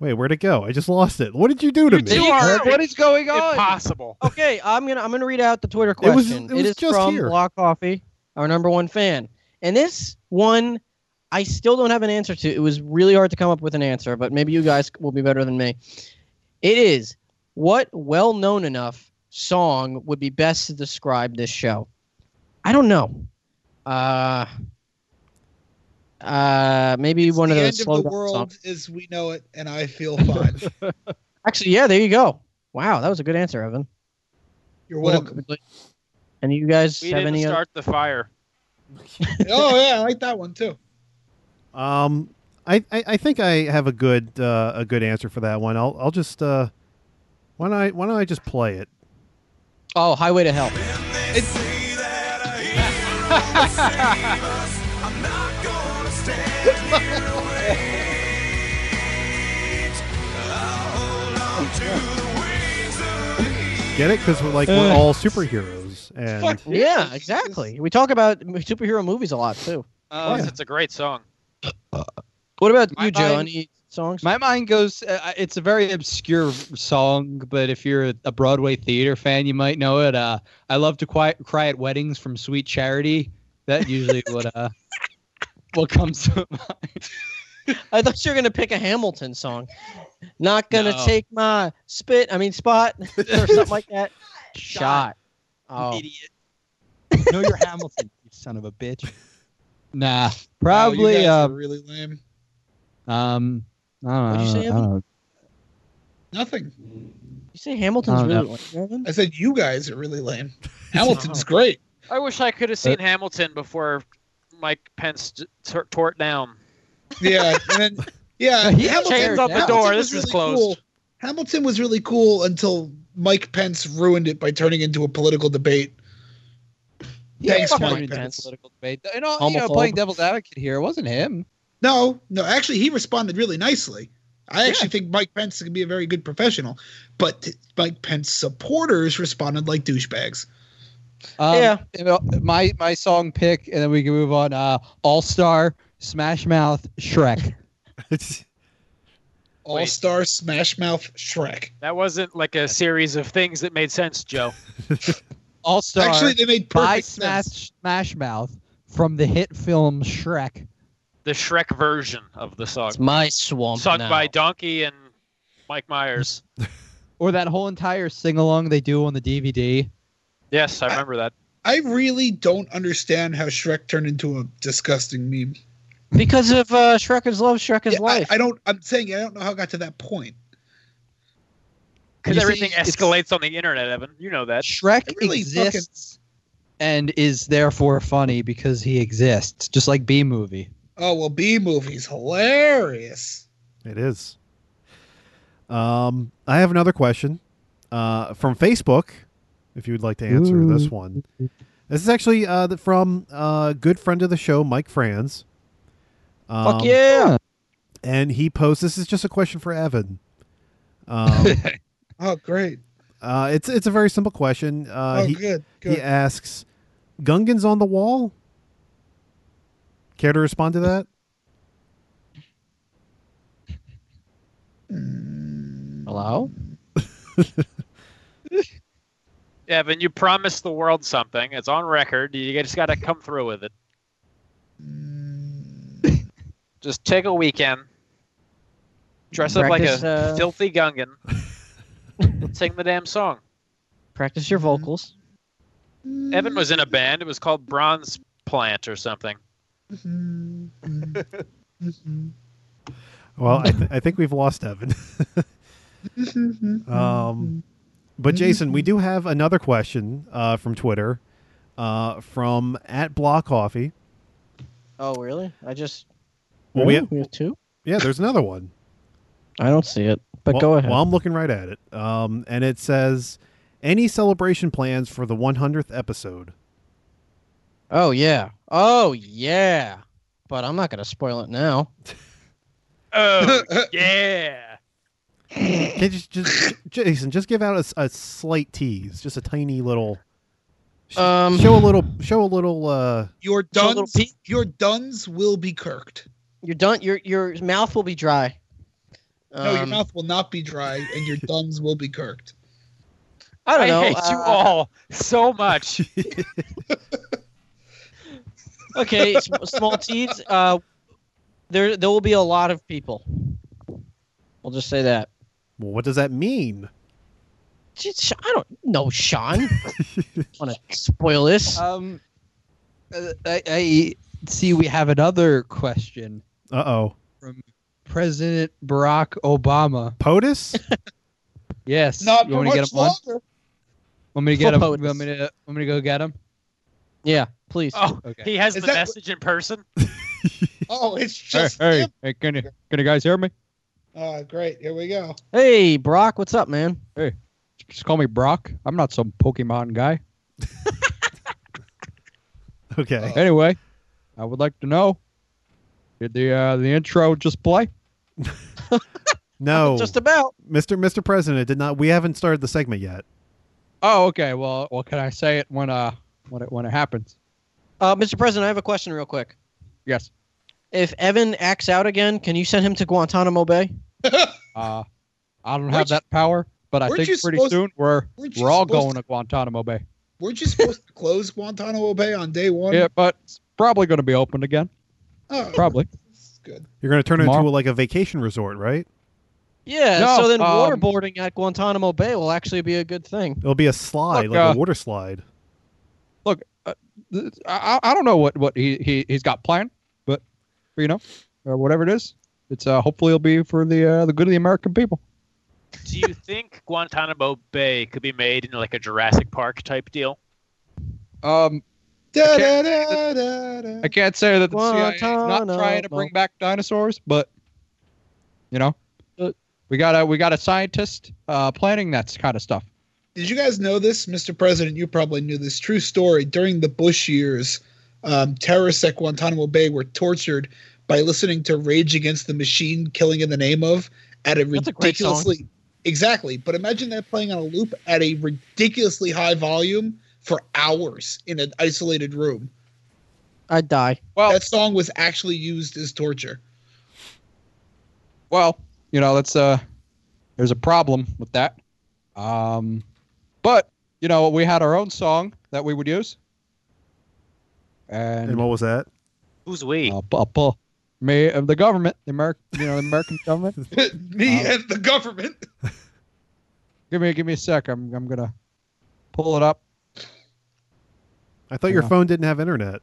S2: Wait, where'd it go? I just lost it. What did you do to me?
S4: You are
S6: What is going on?
S4: impossible.
S1: Okay, I'm gonna I'm gonna read out the Twitter
S2: It was-
S1: question.
S2: it was
S1: is
S2: just
S1: from
S2: here.
S1: Block Coffee, our number one fan, and this one I still don't have an answer to. It was really hard to come up with an answer, but maybe you guys will be better than me. It is what well known enough song would be best to describe this show? I don't know. Uh, uh, maybe one
S3: the
S1: of those
S3: end
S1: slow
S3: of the
S1: down
S3: world
S1: songs.
S3: as we know it, and I feel fine.
S1: Actually, yeah, there you go. Wow, that was a good answer, Evan.
S3: You're
S1: What a-
S3: welcome.
S1: and you guys
S4: We
S1: have
S4: didn't
S1: any other?
S4: start the fire.
S3: oh yeah, I like that one too.
S2: Um, I, I, I think I have a good uh, a good answer for that one. I'll I'll just uh, why don't I why don't I just play it?
S1: Oh, Highway to Hell.
S2: Get it? Because we're like we're all superheroes, and
S3: Fuck
S1: Yeah, exactly. We talk about m- superhero movies a lot too.
S4: Oh,
S2: Yeah.
S4: it's a great song.
S1: What about
S6: My
S1: you, Joe?
S6: mind-
S1: Any songs?
S6: My mind goes. Uh, it's a very obscure song, but if you're a Broadway theater fan, you might know it. Uh, I love to quiet, cry at weddings from Sweet Charity. That usually what uh, what comes to mind.
S1: I thought you were gonna pick a Hamilton song. Not gonna
S6: No.
S1: take my spit. I mean spot or something like that. Shot. Oh,
S6: Idiot. know your Hamilton, you son of a bitch. Nah,
S3: Wow, Oh, you
S6: probably.
S3: guys
S6: uh,
S3: are really lame.
S6: um, I don't know.
S1: What'd you say,
S6: I don't know.
S3: Nothing.
S1: you say Hamilton's
S6: I don't
S1: really
S6: know.
S1: like Evan?
S3: I said you guys are really lame.
S1: Oh.
S3: Hamilton's great.
S4: I wish I could have
S1: Uh,
S4: seen Hamilton before Mike Pence t- t- tore it down.
S3: Yeah, and then yeah,
S6: He
S3: Hamilton
S4: chains up the
S3: Hamilton
S4: door.
S3: was
S4: This is
S3: really cool.
S4: closed.
S3: Hamilton was really cool until Mike Pence ruined it by turning into a political debate.
S6: Yeah,
S3: Thanks,
S6: fuck
S3: Mike
S6: Mike Pence.
S3: Pence.
S6: Political debate. You know, you know,
S1: Homophobe.
S6: playing devil's advocate here, it wasn't him.
S3: No, no, actually, he responded really nicely. I actually think Mike Pence can be a very good professional, but t- Mike Pence supporters responded like douchebags.
S6: Um,
S1: Yeah.
S6: you know, my my song pick, and then we can move on. Uh, All Star, Smash Mouth, Shrek.
S3: All star smash mouth Shrek.
S7: That wasn't like a series of things that made sense, Joe.
S6: All Star
S3: Actually, they made
S6: by
S3: perfect sense.
S6: Smash Smash Mouth from the hit film Shrek.
S4: The Shrek version of the song,
S1: It's my swamp
S4: sung
S1: now.
S4: by Donkey and Mike Myers.
S6: Or that whole entire sing along they do on the DVD.
S4: Yes, I remember that.
S3: I really don't understand how Shrek turned into a disgusting meme.
S1: because of uh, Shrekker's love, Shrekker's
S3: Yeah, I,
S1: life.
S3: I don't. I'm saying I don't know how it got to that point.
S4: Because
S6: You see,
S4: everything
S6: it's-
S4: escalates on the internet, Evan. You know that.
S6: Shrek
S3: really
S6: exists and is therefore funny because he exists, just like B movie.
S3: Oh well, B movies hilarious.
S2: It is. Um, I have another question uh, from Facebook. If you would like to answer this one, this is actually uh, the- from a uh, good friend of the show, Mike Franz. Um,
S1: Fuck yeah!
S2: And he posed. This is just a question for Evan. Um,
S3: Oh great.
S2: uh, it's it's a very simple question. Uh,
S3: oh
S2: he,
S3: good. Good.
S2: he asks, "Gungans on the wall." Care to respond to that?
S6: Hello.
S4: Evan, you promised the world something. It's on record. You just got to come through with it.
S1: Mm.
S4: just take a weekend, dress up
S1: Practice,
S4: like a
S1: uh,
S4: filthy Gungan, sing the damn song.
S1: Practice your vocals.
S4: Evan was in a band. It was called Bronze Plant or something.
S2: Well, I, th- I think we've lost Evan. um, but Jason, we do have another question uh, from Twitter, uh, from at Block Coffee.
S1: Oh, really? I just.
S2: Well,
S1: Really?
S2: we
S1: we have two.
S2: yeah, there's another one.
S1: I don't see it, but
S2: Well-
S1: go ahead.
S2: Well, I'm looking right at it, um, and it says, "Any celebration plans for the 100th episode?"
S1: oh yeah. Oh yeah. But I'm not gonna spoil it now.
S4: Oh, yeah.
S2: Okay, just, just, Jason, just give out a s- a, slight tease, just a tiny little. sh-
S1: Um,
S2: show a little. Show a little. Uh,
S3: Your
S1: So little
S3: duns.
S1: Pete-
S3: Your duns will be kirked.
S1: You're done. Your your mouth will be dry.
S3: No, your
S1: Um,
S3: mouth will not be dry, and your duns will be kirked.
S1: I don't
S7: I
S1: know.
S7: hate you
S1: uh,
S7: all so much.
S1: okay, s- small teas. Uh, there there will be a lot of people. I'll just say that.
S2: well, what does that mean?
S1: Just- I don't know, Sean. Want to spoil this?
S6: Um, uh, I, I see we have another question.
S2: Uh oh,
S6: President Barack Obama.
S2: POTUS.
S6: Yes.
S3: Not
S6: you
S3: for
S6: want to get
S3: much
S6: him on?
S3: longer.
S6: Want me to get him?
S1: Full POTUS.
S6: Want me to? Want me to go get him?
S1: yeah, please.
S4: Oh,
S6: Okay.
S4: he has
S3: Is
S4: the
S3: that-
S4: message in person.
S3: Oh, it's just.
S6: hey, hey,
S3: him.
S6: hey, can you can you guys hear me?
S3: Oh, great. Here we go.
S1: Hey, Brock, what's up, man?
S6: Just call me Brock. I'm not some Pokemon guy.
S2: Okay.
S6: Anyway, I would like to know. Did the uh, the intro just play?
S2: No,
S1: Just about.
S2: Mr. Mr. President did not. We haven't started the segment yet.
S6: Oh, okay. Well, well, can I say it when uh when it when it happens?
S1: Uh, Mr. President, I have a question real quick.
S6: Yes.
S1: If Evan acts out again, can you send him to Guantanamo Bay?
S6: Uh, I don't have
S3: Weren't you-
S6: that power, but I
S3: weren't
S6: think
S3: you
S6: pretty
S3: supposed-
S6: soon we're
S3: weren't you
S6: we're all
S3: supposed
S6: going to Guantanamo Bay.
S3: Weren't you supposed to close Guantanamo Bay on day one?
S6: Yeah, but it's probably going to be opened again.
S3: Oh,
S6: Probably.
S3: that's good.
S2: You're going to turn it
S6: Tomorrow?
S2: into like a vacation resort, right?
S1: Yeah.
S6: No,
S1: so then
S6: um,
S1: waterboarding at Guantanamo Bay will actually be a good thing.
S2: It'll be a slide,
S6: Look,
S2: like
S6: uh,
S2: a water slide.
S6: Th- I, I I don't know what what he, he he's got planned, but you know, or whatever it is, it's uh, hopefully it'll be for the uh, the good of the American people.
S4: Do you think Guantanamo Bay could be made into like a Jurassic Park type deal?
S6: Um,
S3: Da, da, da, da, da.
S6: I can't say that the CIA is not
S1: Guantanamo.
S6: trying to bring back dinosaurs, but you know,
S5: We got a we got a scientist uh, planning that kind of stuff.
S3: Did you guys know this, Mr. President? You probably knew this true story. During the Bush years, um, terrorists at Guantanamo Bay were tortured by listening to Rage Against the Machine, Killing in the Name of, at a
S7: That's a great song.
S3: ridiculously exactly. But imagine that playing on a loop at a ridiculously high volume for hours in an isolated room.
S1: I'd die.
S5: Well,
S3: That song was actually used as torture.
S5: well, you know that's uh there's a problem with that. Um, but you know we had our own song that we would use, and
S2: And what was that?
S4: Who's we?
S5: uh, bu- bu- me uh, the government, the American, you know, the American government.
S3: Me and the government.
S5: Give me, give me a sec. I'm, I'm gonna pull it up.
S2: I thought your
S5: Yeah.
S2: phone didn't have internet.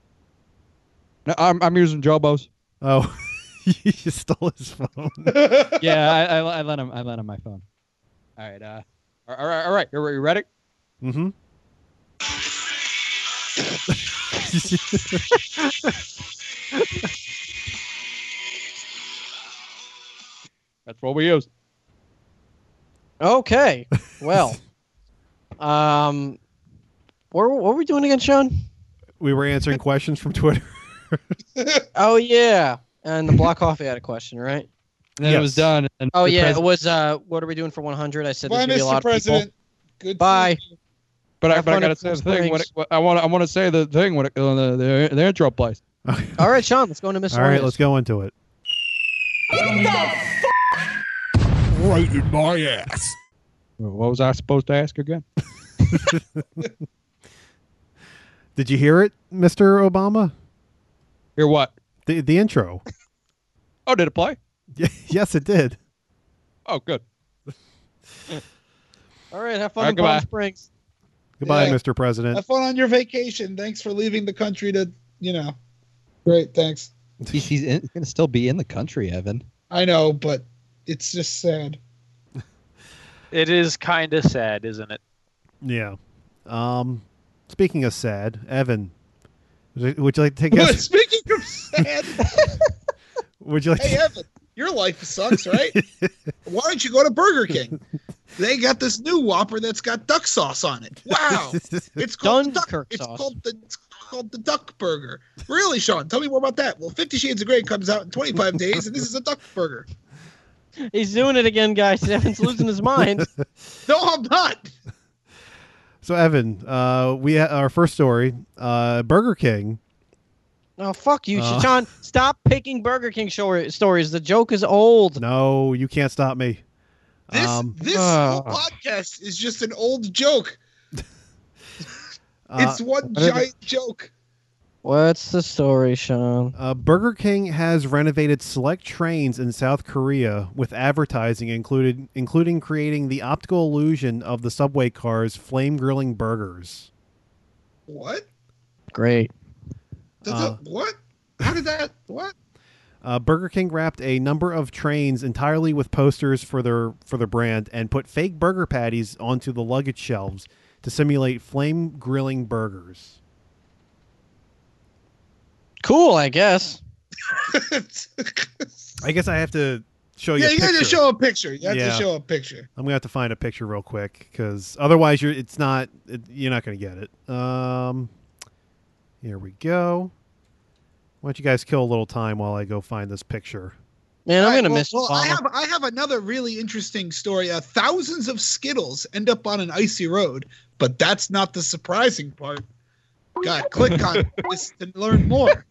S5: No, I'm, I'm using Jobo's.
S2: Oh, you stole his phone.
S5: yeah, I, I, I lent him, I lent him my phone. All right, uh, all all right, all right. Are you ready?
S2: mm-hmm.
S5: That's what we use.
S1: Okay. Well, um, what, what were we doing again, Sean?
S2: We were answering questions from Twitter.
S1: Oh yeah, and the block coffee had a question, right?
S5: And then it was
S2: Yes.
S5: done. And
S1: Oh
S5: the
S1: yeah,
S5: pres-
S1: it was. Uh, what are we doing for 100? I said there's
S3: Bye,
S1: gonna be a lot
S3: Mr.
S1: of people.
S3: President. Good.
S1: Bye.
S5: but I,
S1: have
S5: but I
S1: fun
S5: gotta
S1: at
S5: say the
S1: Cool
S5: thing. When it,
S1: Springs.
S5: when- I want, I want to say the thing when it, uh, the, the, the intro plays.
S1: All right, Sean, let's go into
S2: All right,
S1: miscellaneous.
S2: let's go into it.
S8: Right in my ass.
S5: What was I supposed to ask again?
S2: Did you hear it, Mister Obama?
S5: Hear what?
S2: The the intro.
S5: Oh, did it play?
S2: yes, it did.
S5: Oh, good.
S1: All right, have fun
S5: All right,
S1: in Palm
S5: goodbye.
S1: Springs.
S2: Goodbye,
S3: Yeah.
S2: Mister President.
S3: Have fun on your vacation. Thanks for leaving the country to, you know. Great, thanks.
S6: He's, he's in, gonna still be in the country, Evan.
S3: I know, but it's just sad.
S7: It is kind of sad, isn't it?
S2: Yeah. Um, speaking of sad, Evan, would you would you like to take
S3: But
S2: us?
S3: speaking of sad,
S2: Would you like?
S3: hey
S2: To,
S3: Evan, your life sucks, right? Why don't you go to Burger King? They got this new Whopper that's got duck sauce on it. Wow, it's called duck.
S1: Dunkirk
S3: It's
S1: sauce.
S3: called the it's called the duck burger. Really, Sean? Tell me more about that. Well, Fifty Shades of Grey comes out in 25 days, and this is a duck burger.
S1: He's doing it again, guys. Evan's losing his mind.
S3: No, I'm not.
S2: so, Evan, uh, we ha- our first story, uh, Burger King.
S1: Oh fuck you,
S2: Uh.
S1: Sean! Stop picking Burger King shor- stories. The joke is old.
S2: No, you can't stop me.
S3: This
S2: Um,
S3: this
S1: uh.
S3: whole podcast is just an old joke.
S2: uh,
S1: Uh,
S3: it's one
S5: did-
S3: giant joke.
S1: What's the story, Sean?
S2: Uh, Burger King has renovated select trains in South Korea with advertising included, including creating the optical illusion of the subway cars flame grilling burgers.
S3: What?
S1: Great.
S3: Does
S2: Uh.
S3: it, what? How did that? What?
S2: Uh, Burger King wrapped a number of trains entirely with posters for their for their brand and put fake burger patties onto the luggage shelves to simulate flame grilling burgers.
S1: Cool, I guess.
S3: Oh, yeah,
S2: I guess I have to show you. a
S3: you got to
S2: picture.
S3: show a picture. You have
S2: Yeah.
S3: to show a picture.
S2: I'm gonna have to find a picture real quick because otherwise you're it's not it, you're not gonna get it. Um, here we go. Why don't you guys kill a little time while I go find this picture?
S1: Man, I'm
S3: All right,
S1: gonna
S3: well-
S1: miss
S3: Well, I
S1: Obama.
S3: have I have another really interesting story. Uh, thousands of Skittles end up on an icy road, but that's not the surprising part. God, click on this to learn more.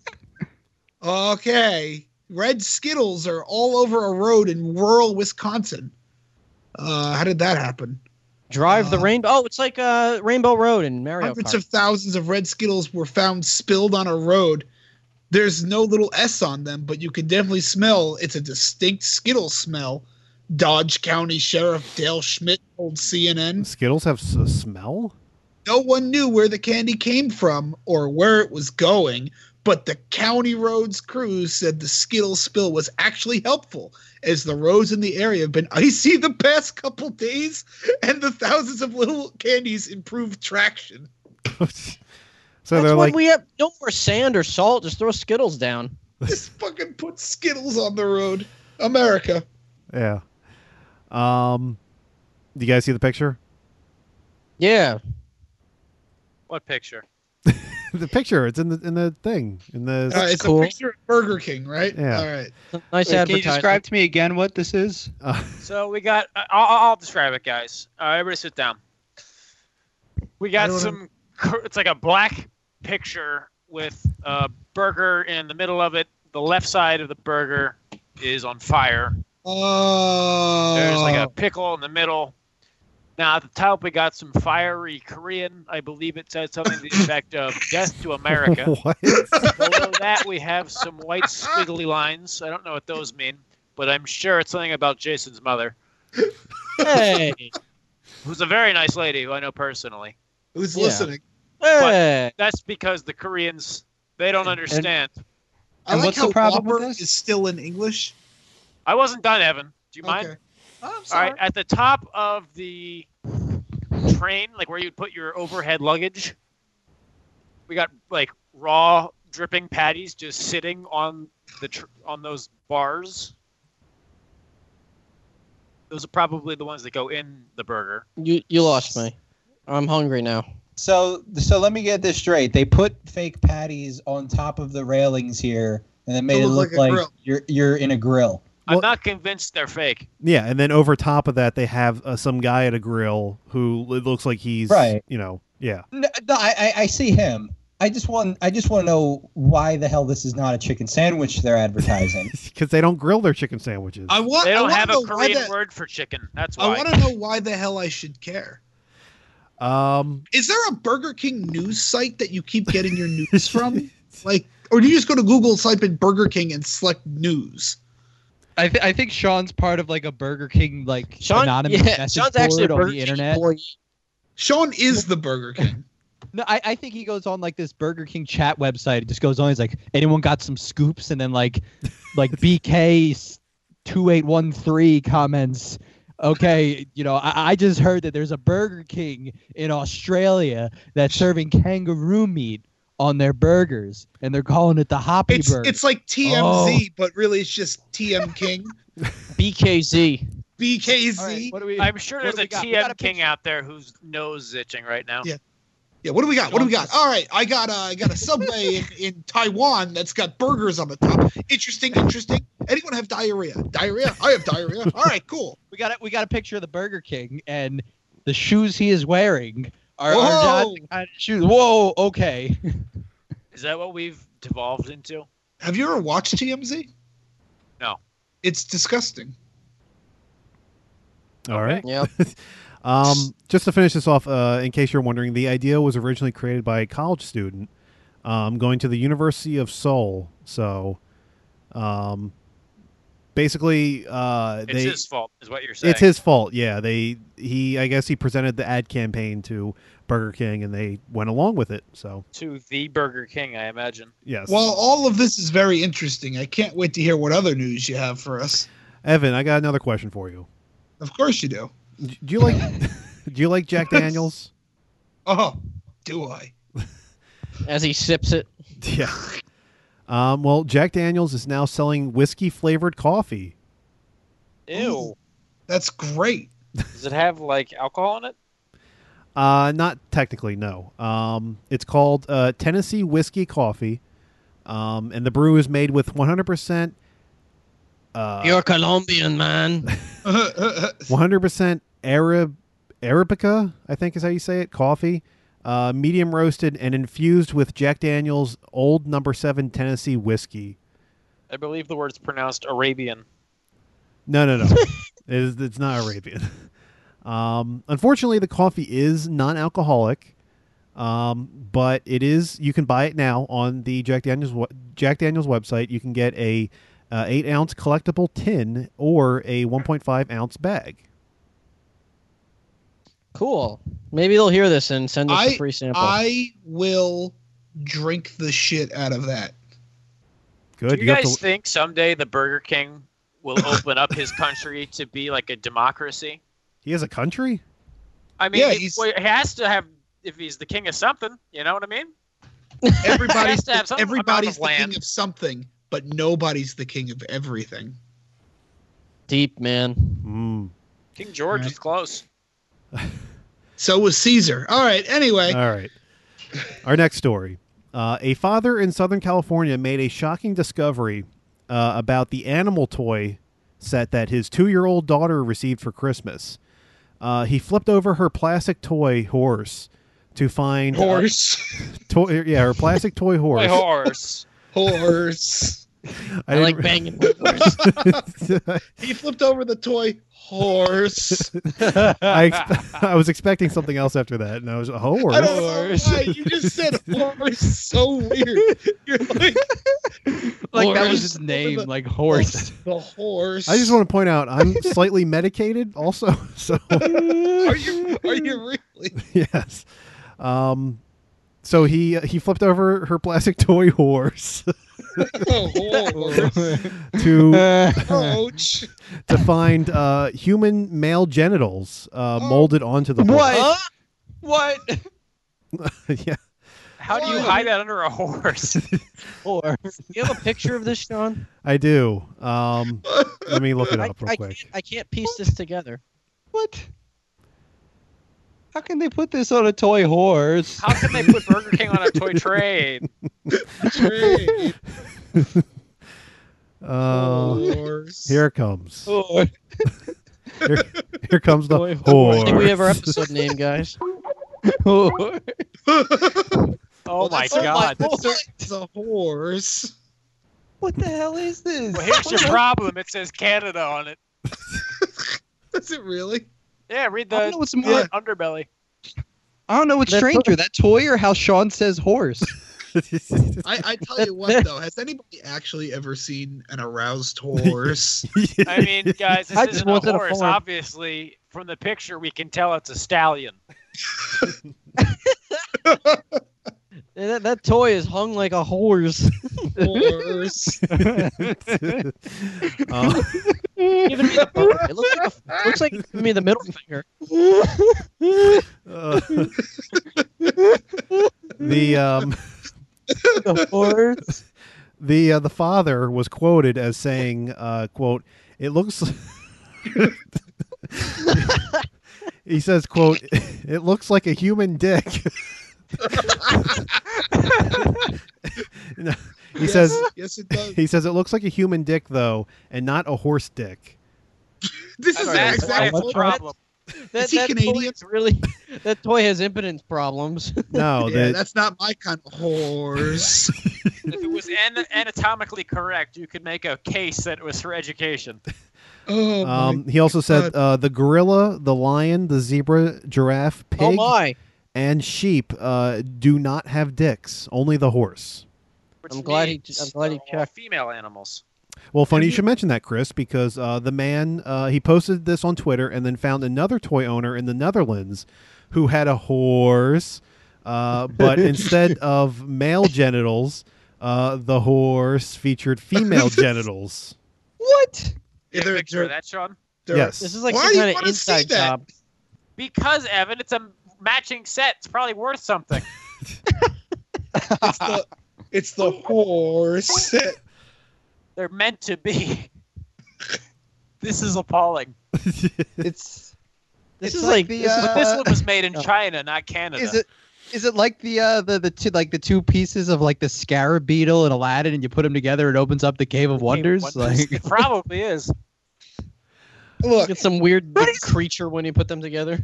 S3: Okay, red Skittles are all over a road in rural Wisconsin. Uh, how did that happen?
S1: Drive the
S3: uh,
S1: rainbow. Oh, it's like uh, Rainbow Road in Mario
S3: Hundreds
S1: Kart.
S3: of thousands of red Skittles were found spilled on a road. There's no little S on them, but you can definitely smell. It's a distinct Skittle smell. Dodge County Sheriff Dale Schmidt told CNN.
S2: Skittles have s- a smell.
S3: No one knew where the candy came from or where it was going, but the county roads crew said the Skittle spill was actually helpful, as the roads in the area have been icy the past couple days, and the thousands of little candies improved traction.
S2: so
S1: That's
S2: they're
S1: when
S2: like,
S1: we have no more sand or salt. Just throw Skittles down.
S3: Just fucking put Skittles on the road. America.
S2: yeah. Um, do you guys see the picture?
S1: Yeah.
S4: What picture?
S2: the picture. It's in the in the thing in the.
S3: Uh, it's a picture of Burger King, right?
S2: Yeah.
S3: All right.
S1: Nice
S6: Wait, can you
S1: advertisement.
S6: describe to me again what this is?
S2: Uh,
S4: So we got. I- I'll, I'll describe it, guys. Uh, everybody, sit down. We
S3: I
S4: got
S3: don't
S4: some. cur- It's like a black picture with a burger in the middle of it. The left side of the burger is on fire.
S3: Oh.
S4: There's like a pickle in the middle. Now at the top we got some fiery Korean. I believe it said something to the effect of "Death to America."
S2: what?
S4: Below that, we have some white squiggly lines. I don't know what those mean, but I'm sure it's something about Jason's mother,
S1: Hey.
S4: who's a very nice lady who I know personally.
S3: Who's
S1: Yeah.
S3: listening?
S1: hey.
S4: That's because the Koreans they don't understand.
S3: I
S6: And
S3: like
S6: what's
S3: how
S6: the problem with
S3: Whopper
S6: this?
S3: is still in English.
S4: I wasn't done, Evan. Do you mind?
S3: Okay. Oh, I'm
S4: All
S3: sorry.
S4: right, at the top of the train, like where you'd put your overhead luggage, we got like raw dripping patties just sitting on the tr- on those bars. Those are probably the ones that go in the burger.
S1: You you lost me. I'm hungry now.
S6: So, so let me get this straight. They put fake patties on top of the railings here, and then made
S3: To
S6: it
S3: look
S6: look,
S3: like a
S6: like,
S3: grill.
S6: you're you're in a grill.
S2: Well-
S4: I'm not convinced they're fake.
S2: Yeah, and then over top of that, they have uh, some guy at a grill who it looks like he's
S6: Right.
S2: You know, yeah.
S6: No, no I, I I see him. I just want I just want to know why the hell this is not a chicken sandwich they're advertising.
S2: because they don't grill their chicken sandwiches.
S3: I want.
S4: They
S3: I
S4: don't
S3: wanna
S4: have a
S3: know why
S4: Korean
S3: the-
S4: word for chicken. That's
S3: I
S4: why.
S3: want to know why the hell I should care.
S4: Oh.
S2: um,
S3: Is there a Burger King news site that you keep getting your news from? Like, or do you just go to Google, type in Burger King, and select news?
S5: I, th- I think Sean's part of like a Burger King like
S1: Sean,
S5: anonymous
S1: yeah,
S5: message
S1: Sean's actually a
S5: board on
S1: Burger
S5: the
S1: King
S5: internet.
S1: employee.
S3: Sean is the Burger King.
S5: No, I, I think he goes on like this Burger King chat website. It just goes on. He's like, anyone got some scoops? And then like, like BK two eight one three comments. Okay, you know, I, I just heard that there's a Burger King in Australia that's serving kangaroo meat on their burgers, and they're calling it the Hoppy
S3: It's
S5: Burger.
S3: it's like
S6: Oh.
S3: TMZ, but really it's just TM King,
S1: BKZ.
S3: BKZ.
S5: All right, what do we-
S4: I'm sure
S5: What
S4: there's
S5: do we
S4: a
S5: got? We got
S4: TM
S5: a
S4: King
S5: picture.
S4: out there who's nose itching right now.
S3: Yeah. Yeah, what do we got? What do we got? All right, I got a, I got a subway in, in Taiwan that's got burgers on the top. Interesting, interesting. Anyone have diarrhea? Diarrhea? I have diarrhea. All right, cool.
S5: we got a, we got a picture of the Burger King and the shoes he is wearing are, are not
S3: Whoa!
S5: the kind of shoes. Whoa, okay.
S4: Is that what we've devolved into?
S3: Have you ever watched TMZ?
S4: No.
S3: It's disgusting.
S2: all right.
S1: Yep.
S2: Um, just to finish this off, uh, in case you're wondering, the idea was originally created by a college student um, going to the University of Seoul. So, um, basically, uh,
S4: It's
S2: they
S4: his fault, is what you're saying.
S2: it's his fault. Yeah, they he I guess he presented the ad campaign to Burger King and they went along with it. So
S4: to the Burger King, I imagine.
S2: yes,
S3: Well, all of this is very interesting. I can't wait to hear what other news you have for us.
S2: Evan, I got another question for you.
S3: Of course you do.
S2: D- Do you like do you like Jack Daniels?
S3: Oh, do I?
S1: As he sips it.
S2: Yeah. Um, well, Jack Daniels is now selling whiskey flavored coffee.
S4: Ew.
S3: That's great.
S4: Does it have like alcohol in it?
S2: Uh, not technically, no. Um, it's called uh, Tennessee Whiskey Coffee, um, and the brew is made with 100% uh,
S1: You're Colombian, man.
S3: That's
S2: 100% Arab Arabica, I think is how you say it, coffee, uh, medium roasted and infused with Jack Daniel's Old Number Seven Tennessee whiskey.
S4: I believe the word's pronounced Arabian.
S2: No, no, no. it is, it's not Arabian. Um, unfortunately, the coffee is non-alcoholic, um, but it is. You can buy it now on the Jack Daniel's we- Jack Daniel's website. You can get a uh, eight ounce collectible tin or a one point five ounce bag.
S1: Cool. Maybe they'll hear this and send us
S3: I-
S1: a free sample.
S3: I will drink the shit out of that.
S2: Good.
S4: Do you,
S2: have
S4: guys
S2: to,
S4: think someday the Burger King will open up his country to be like a democracy?
S2: he has a country.
S4: I mean,
S3: Yeah,
S4: he,
S3: he's-
S4: well, he has to have if he's the king of something. You know what I mean?
S3: Everybody's
S4: to have some
S3: everybody's the
S4: amount of
S3: king
S4: land.
S3: of something, but nobody's the king of everything.
S1: Deep, man.
S2: Mm.
S4: King George is close.
S3: So was Caesar. All right. Anyway,
S2: All right. Our next story. Uh, a father in Southern California made a shocking discovery uh, about the animal toy set that his two year old daughter received for Christmas. Uh, he flipped over her plastic toy horse to find.
S3: horse,
S2: toy, yeah, her plastic toy horse.
S4: My horse.
S3: horse.
S1: I, like
S2: didn't-
S1: banging with horses.
S3: He flipped over the toy horse.
S2: I, ex- I was expecting something else after that, and I was a horse.
S3: I don't know why you just said horse so weird. You're like
S5: Like that
S3: Horse.
S5: was his name, like horse.
S3: the horse.
S2: I just want to point out I'm slightly medicated, also. So
S3: Are you? Are you really?
S2: yes. Um, so he uh, he flipped over her plastic toy horse
S3: Oh, horse.
S2: to
S5: Uh,
S3: Ouch.
S2: to find uh, human male genitals uh, molded onto the horse.
S5: What? What?
S2: yeah.
S4: How do you
S3: What?
S4: hide that under a horse?
S5: Horse.
S1: you have a picture of this, Sean?
S2: I do. Um, let me look it
S1: I,
S2: up real
S1: I
S2: quick.
S1: can't, I can't piece this together.
S5: What? How can they put this on a toy horse?
S4: How can they put Burger King on a toy train?
S3: Great.
S2: Uh,
S3: horse.
S2: here it comes.
S6: Oh,
S5: Horse.
S2: Here, here comes the
S5: Toy
S2: horse.
S1: I think we have our episode name, guys.
S5: Horse.
S4: Oh
S3: Well,
S4: my
S3: that's- oh my
S4: god.
S3: It's a horse.
S5: What the hell is this?
S4: Well, here's your problem. It says Canada on it.
S3: Is it really?
S4: Yeah, read
S5: I don't
S4: the
S5: know what's more.
S4: un- underbelly.
S5: I don't know what's
S1: That's-
S5: stranger, that toy or how Sean says horse.
S3: I, I tell you what though, has anybody actually ever seen an aroused horse?
S4: I mean, guys, this
S5: I just
S4: isn't a
S5: wanted a
S4: horse.
S5: farm.
S4: Obviously, from the picture, we can tell it's a stallion.
S1: Yeah, That, that toy is hung like a horse.
S3: horse.
S2: Uh,
S1: Giving me the finger. It looks like, a, looks like giving me the middle finger.
S2: uh, the um,
S5: the horse.
S2: the uh, the father was quoted as saying, uh, "quote It looks." he says, "quote It looks like a human dick." No, he
S3: Yes,
S2: says,
S3: Yes it does.
S2: "He says it looks like a human dick, though, and not a horse dick."
S3: This is
S4: That's
S3: the
S4: why
S3: exact
S4: it's a problem.
S1: That,
S3: Is he
S1: that Toy
S3: Canadian?
S1: is really, that toy has impotence problems.
S2: No,
S3: yeah,
S2: the-
S3: that's not my kind of horse.
S4: If it was an- anatomically correct, you could make a case that it was for education.
S3: oh, my-
S2: um, he also said uh, the gorilla, the lion, the zebra, giraffe, pig,
S1: Oh my!
S2: and sheep uh, do not have dicks. Only the horse.
S4: which
S1: I'm glad he-
S4: means
S1: I'm glad he
S4: they're all
S1: checked.
S4: Female animals.
S2: Well, funny you should mention that, Chris, because uh, the man uh, he posted this on Twitter and then found another toy owner in the Netherlands who had a horse, uh, but instead of male genitals, uh, the horse featured female genitals.
S5: What?
S4: You have a
S3: They're-
S4: picture of that, Sean?
S3: they're-
S2: yes.
S1: This is like
S3: Why
S1: some
S3: do you
S1: kind of
S3: wanna see
S1: inside
S3: that?
S1: job.
S4: Because Evan, it's a matching set. It's probably worth something.
S3: It's the, it's the horse.
S4: They're meant to be. This is appalling.
S5: It's
S1: This
S5: It's
S1: is
S5: like
S1: like,
S5: the,
S1: this is
S4: But this
S5: Uh,
S4: one was made in
S5: no.
S4: China, not Canada.
S5: is it is it like the uh the, the two like the two pieces of like the scarab beetle and Aladdin and you put them together it opens up the cave of
S4: Cave of
S5: wonders? Like
S4: It probably is.
S3: Look,
S1: get some weird big creature when you put them together.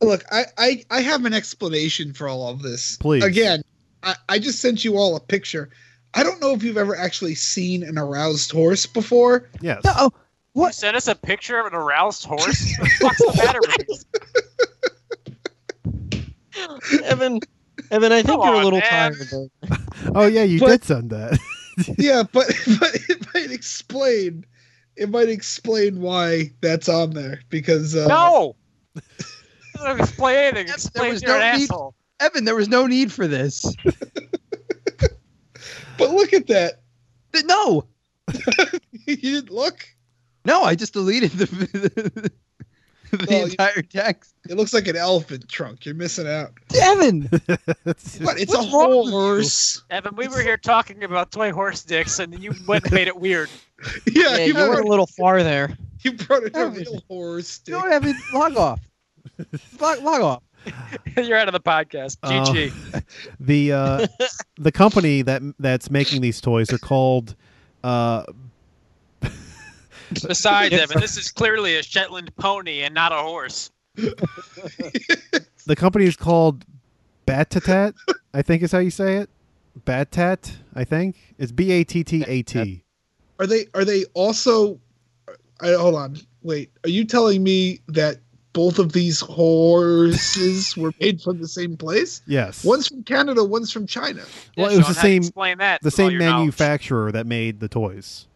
S3: look, I, I, I have an explanation for all of this.
S2: Please.
S3: Again, I, I just sent you all a picture. I don't know if you've ever actually seen an aroused horse before.
S2: yes.
S5: oh,
S4: You sent us a picture of an aroused horse? What's the matter with you?
S1: Evan, Evan, I think
S4: Come
S1: you're
S4: on,
S1: a little
S4: man.
S1: tired today.
S2: Oh, yeah, you
S3: But-
S2: did send that.
S3: yeah, but but it might explain it might explain why that's on there because uh,
S4: No! Doesn't explain anything.
S5: There
S4: Explains
S5: was
S4: you're
S5: no
S4: an
S5: need-
S4: asshole.
S5: Evan, there was no need for this.
S3: But look at that.
S5: Th- No,
S3: you didn't look.
S5: no, I just deleted the the, the
S3: Well, you-
S5: entire text.
S3: It looks like an elephant trunk. You're missing out.
S5: Evan,
S3: What? It's a
S5: What's wrong with you?
S3: horse.
S4: Evan, we were here talking about toy horse dicks, and then you went and made it weird.
S1: Yeah,
S3: Yeah, you
S1: you went a
S3: were.
S1: little far there.
S3: You brought in a real horror stick.
S6: don't have it. Log off. log, log off.
S7: You're out of the podcast. GG.
S2: Uh, the uh, the company that that's making these toys are called uh,
S4: Besides, Evan, this is clearly a Shetland pony and not a horse.
S2: the company is called Batatat. I think is how you say it. Batat. I think it's B A T T A T.
S3: Are they are they also I, hold on. Wait. Are you telling me that both of these horses were made from the same place?
S2: Yes.
S3: One's from Canada, one's from China.
S2: Well,
S4: Yeah,
S2: it was the
S4: Sean, how do you
S2: same-
S4: Explain that.
S2: The
S4: with all
S2: same
S4: your knowledge?
S2: manufacturer that made the toys.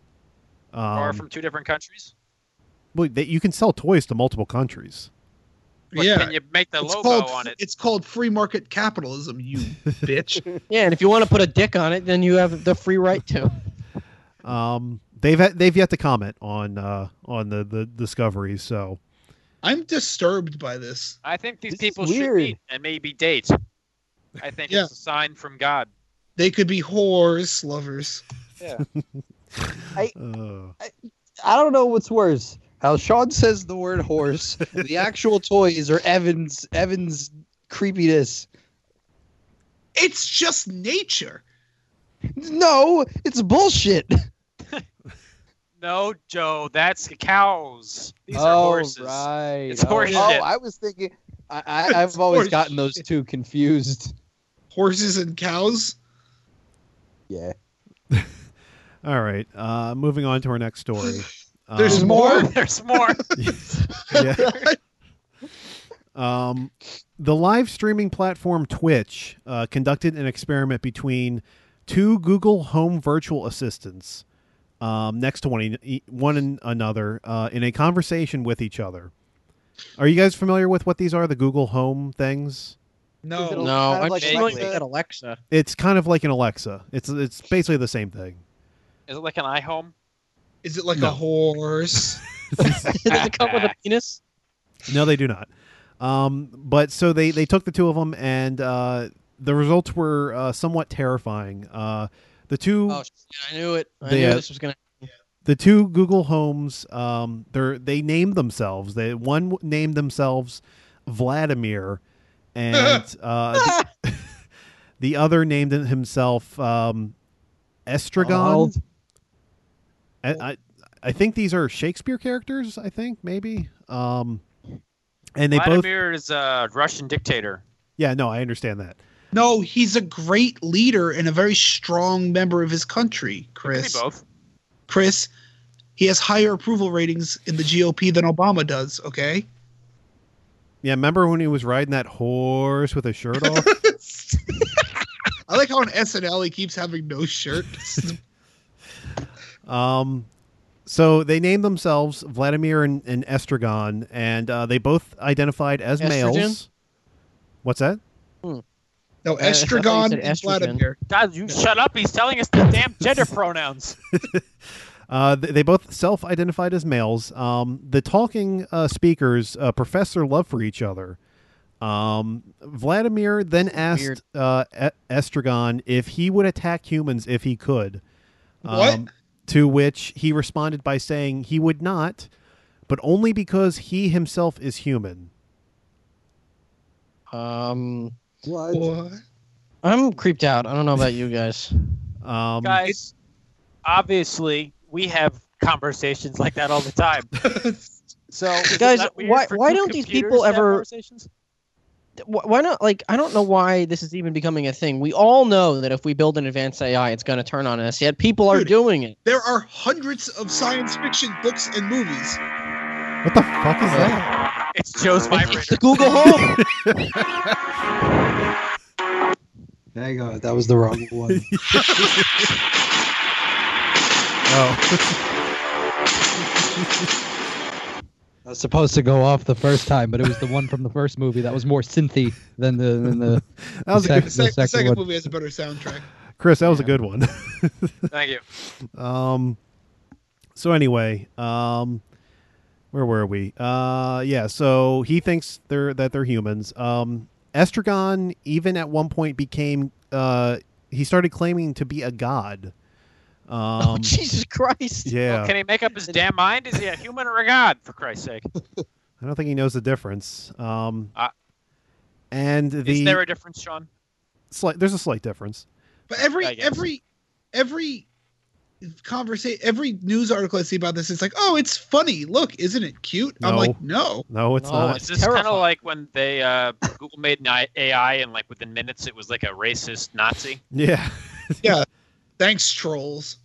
S4: Or
S2: Um,
S4: from two different countries.
S2: well, they, you can sell toys to multiple countries.
S4: What,
S3: yeah.
S4: Can you make the
S3: it's
S4: logo
S3: called
S4: on it?
S3: it's called free market capitalism, you bitch.
S1: Yeah, and if you want to put a dick on it, then you have the free right to.
S2: Um, they've had, they've yet to comment on uh, on the, the discoveries. So
S3: I'm disturbed by this.
S4: I think
S1: This
S4: these
S1: is
S4: people should
S1: weird.
S4: meet and maybe date. I think
S3: Yeah.
S4: it's a sign from God.
S3: They could be horse lovers.
S2: uh,
S6: I don't know what's worse. How Sean says the word horse. the actual toys are Evan's Evan's creepiness.
S3: It's just nature.
S6: No, it's bullshit.
S4: No, Joe, that's the cows. These are
S5: oh,
S4: horses.
S5: right.
S4: It's
S5: Oh,
S4: horse
S6: Oh,
S4: shit.
S6: I was thinking. I, I, I've always gotten those two confused.
S3: Horses and cows.
S6: Yeah.
S2: all right, uh, moving on to our next story. Um,
S3: There's more.
S4: There's more.
S2: yeah. Um, the live streaming platform Twitch uh, conducted an experiment between two Google Home virtual assistants um, next to one, e- one an- another uh, in a conversation with each other. Are you guys familiar with what these are? The Google Home things?
S3: No.
S1: No,
S6: kind
S1: I'm
S6: of like
S4: vaguely-
S6: Alexa.
S1: at Alexa.
S2: It's kind of like an Alexa. It's it's basically the same thing.
S4: Is it like an iHome?
S3: Is it like
S2: No.
S3: a horse?
S1: Does it come with a penis?
S2: No, they do not. Um, but so they they took the two of them, and uh, the results were uh, somewhat terrifying. Uh, the two.
S1: Oh, shit, I knew it. I
S2: Yeah.
S1: knew this was gonna.
S2: the two Google Homes, um, they they named themselves. They one w- named themselves Vladimir, and uh, the, the other named himself um, Estragon.
S5: Donald.
S2: I, I I think these are Shakespeare characters. I think maybe. Um, and they both.
S4: Vladimir is a Russian dictator.
S2: Yeah, no, I understand that.
S3: no, he's a great leader and a very strong member of his country,
S4: Could be
S3: Chris.
S4: both.
S3: Chris, he has higher approval ratings in the GOP than Obama does, okay?
S2: Yeah, remember when he was riding that horse with a shirt off?
S3: I like how on SNL he keeps having no shirt.
S2: Um, so they named themselves Vladimir and, and Estragon, and uh, they both identified as males.
S1: Estrogen?
S2: What's that?
S3: No,
S1: I thought you
S3: Estragon
S1: said
S3: and
S1: estrogen.
S3: Vladimir.
S4: God, you shut up. He's telling us the damn gender pronouns.
S2: Uh, th- they both self-identified as males. Um, the talking uh, speakers uh, profess their love for each other. Um, Vladimir then
S1: weird.
S2: asked uh, E- Estragon if he would attack humans if he could.
S1: Um,
S3: What?
S2: Um, to which he responded by saying he would not, but only because he himself is human.
S1: Um,
S3: What?
S1: I'm creeped out. I don't know about you guys.
S2: Um,
S4: Guys, obviously, we have conversations like that all the time. So, is it
S1: Guys,
S4: not weird
S1: why-
S4: for
S1: why
S4: two
S1: don't these
S4: computers
S1: people
S4: to have
S1: ever-
S4: conversations?
S1: Wh- Why not? Like, I don't know why this is even becoming a thing. We all know that if we build an advanced AI, it's going to turn on us. Yet people are
S3: Dude.
S1: doing it.
S3: There are hundreds of science fiction books and movies.
S2: What the fuck is that?
S4: It's Joe's
S1: It's the
S4: vibrator.
S1: Google Home.
S6: There you go. That was the wrong one.
S2: Oh,
S5: I was supposed to go off the first time, but it was the one from the first movie that was more synthy than the than the.
S2: that was a
S5: Sec-
S2: good,
S3: The, sec-
S5: second
S3: the second
S5: one.
S3: movie has a better soundtrack.
S2: Chris. That was a good one.
S4: Thank you.
S2: Um, so anyway, um, where were we? Uh, yeah. So he thinks they're that they're humans. Um, Estragon even at one point became uh, he started claiming to be a god. Um,
S1: oh, Jesus Christ.
S2: Yeah,
S4: Can he make up his damn mind? Is he a human or a god? For Christ's sake,
S2: I don't think he knows the difference. Um,
S4: Ah.
S2: and the
S4: is there a difference, Sean?
S2: slight, there's a slight difference.
S3: But every
S4: I guess.
S3: every every conversation, every news article I see about this, it's like, oh, it's funny. Look, isn't it cute? I'm
S2: No.
S3: like, no.
S2: No, it's
S1: No,
S2: not.
S1: it's
S4: Oh, Is this kind of
S1: terrifying.
S4: like when they uh, Google made an I- AI and like within minutes it was like a racist Nazi?
S2: Yeah.
S3: Thanks, trolls.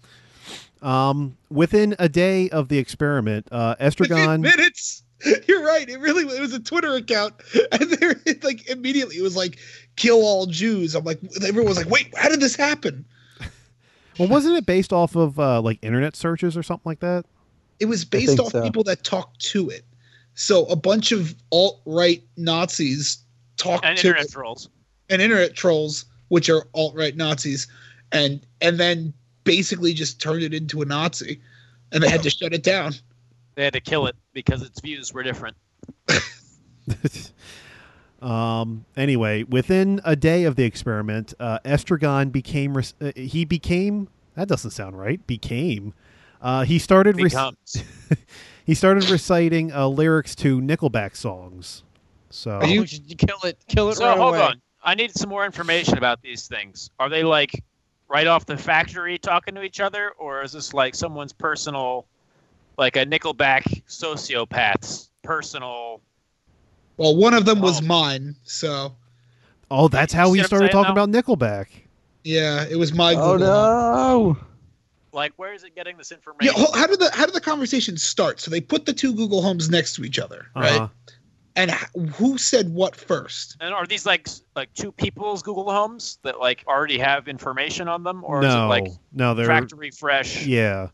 S2: Um, within a day of the experiment, uh,
S3: Within
S2: estragon.
S3: minutes. You're right. It really it was a Twitter account, and there it like immediately it was like kill all Jews. I'm like everyone was like, wait, how did this happen?
S2: Well, wasn't it based off of uh, like internet searches or something like that?
S3: It was
S9: think
S3: based off
S9: so.
S3: people that talked to it. So a bunch of alt right Nazis talked
S4: And
S3: to
S4: internet
S3: it,
S4: trolls.
S3: and internet trolls, which are alt right Nazis, and and then basically just turned it into a Nazi, and they had to shut it down.
S4: They had to kill it because its views were different.
S2: um, anyway, within a day of the experiment, uh, Estragon became res- uh, he became that doesn't sound right. Became uh, he started rec-
S4: Becomes.
S2: he started reciting uh, lyrics to Nickelback songs. So
S3: Are you-
S1: Oh, kill it. Kill it
S4: So
S1: right
S4: hold
S1: away.
S4: on. I need some more information about these things. Are they like right off the factory talking to each other, or is this like someone's personal, like a Nickelback sociopath's personal?
S3: Well, one of them was
S4: Oh.
S3: mine, so
S2: oh, that's how
S4: You
S2: he
S4: see what I'm
S2: started
S4: saying
S2: talking about Nickelback.
S3: yeah, it was my.
S9: Oh
S3: Google.
S9: no!
S4: Like, where is it getting this
S3: Yeah,
S4: information?
S3: ho- how did the how did the conversation start? So they put the two Google Homes next to each other, right?
S2: Uh-huh.
S3: And h- who said what first?
S4: and are these like s- like two people's Google Homes that like already have information on them, or is it
S2: no,
S4: like
S2: no, they're
S4: factory fresh?
S2: yeah.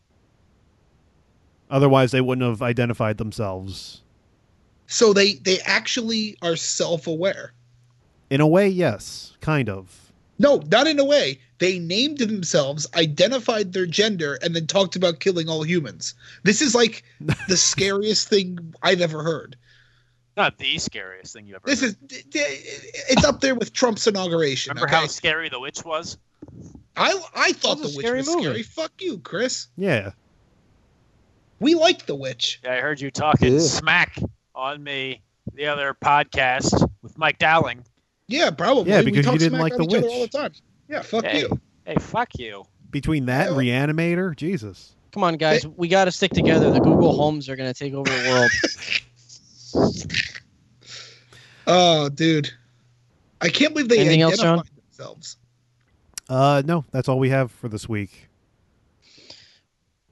S2: Otherwise, they wouldn't have identified themselves.
S3: So they they actually are self aware.
S2: In a way, yes, kind of.
S3: No, not in a way. They named themselves, identified their gender, and then talked about killing all humans. This is like the scariest thing I've ever heard.
S4: Not the scariest thing you ever.
S3: This
S4: heard.
S3: is d- d- it's up there with Trump's inauguration.
S4: Remember
S3: okay?
S4: how scary the witch was?
S3: I I thought
S1: That was a
S3: the witch
S1: scary
S3: was
S1: movie.
S3: scary. Fuck you, Chris.
S2: Yeah.
S3: We like the witch.
S4: Yeah, I heard you talking
S9: Yeah.
S4: smack on me the other podcast with Mike Dowling.
S3: Yeah, probably.
S2: Yeah, because
S3: we
S2: you
S3: talk
S2: didn't
S3: smack
S2: like
S3: on
S2: The
S3: each Other
S2: Witch.
S3: all the time. Yeah, fuck
S4: Hey.
S3: you.
S4: Hey, fuck you.
S2: Between that and Reanimator, Jesus.
S1: Come on, guys. We got to stick together. The Google Homes are going to take over the world.
S3: Oh, dude, I can't believe they
S1: Anything else,
S3: identified themselves.
S2: Uh, no, that's all we have for this week.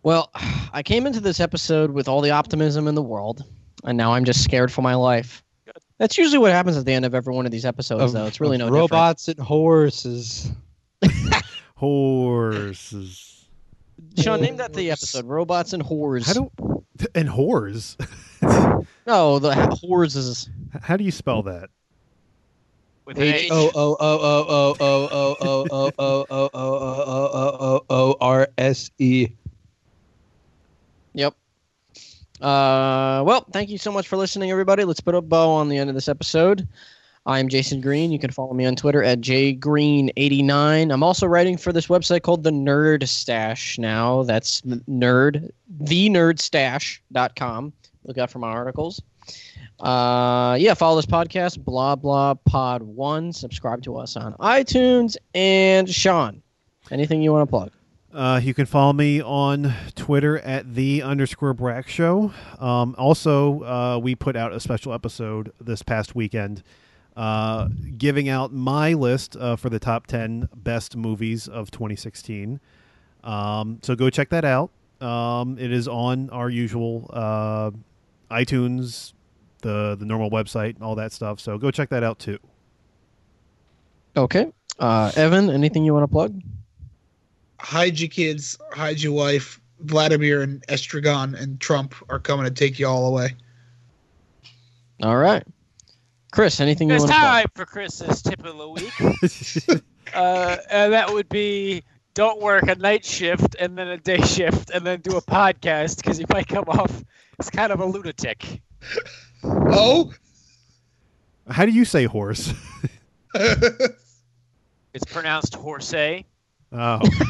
S1: Well, I came into this episode with all the optimism in the world, and now I'm just scared for my life. That's usually what happens at the end of every one of these episodes,
S5: Of-
S1: though. uh, It's really
S5: of
S1: no
S5: robots and horses.
S2: Horses.
S1: different. Sean, name that the episode: robots and whores.
S2: How do and whores?
S1: no, the whores is
S2: How do you spell that?
S4: With an
S6: oh,
S5: H O O O O O O O O O O O O O O O O R S E.
S1: yep. Uh, well, thank you so much for listening, everybody. Let's put a bow on the end of this episode. I'm Jason Green. You can follow me on Twitter at jgreen89. I'm also writing for this website called The Nerd Stash now. That's n- nerd, thenerdstash.com. Look out for my articles. Uh, yeah, follow this podcast, blah, blah, pod one. Subscribe to us on iTunes. And Sean, anything you want to plug?
S2: Uh, you can follow me on Twitter at the underscore Brack Show. Um, also, uh, we put out a special episode this past weekend, uh, giving out my list uh, for the top ten best movies of 2016. Um, so go check that out. Um, it is on our usual uh, iTunes, the the normal website, all that stuff. So go check that out too.
S1: Okay. Uh, Evan, anything you want to plug?
S3: Hide your kids, hide your wife. Vladimir and Estragon and Trump are coming to take you all away.
S1: All right. Chris, anything you
S4: It's
S1: want to plug?
S4: time for Chris's tip of the week. uh, and that would be don't work a night shift and then a day shift and then do a podcast because you might come off as kind of a lunatic.
S3: Oh,
S2: How do you say horse?
S4: It's pronounced horse.
S2: Oh,
S1: with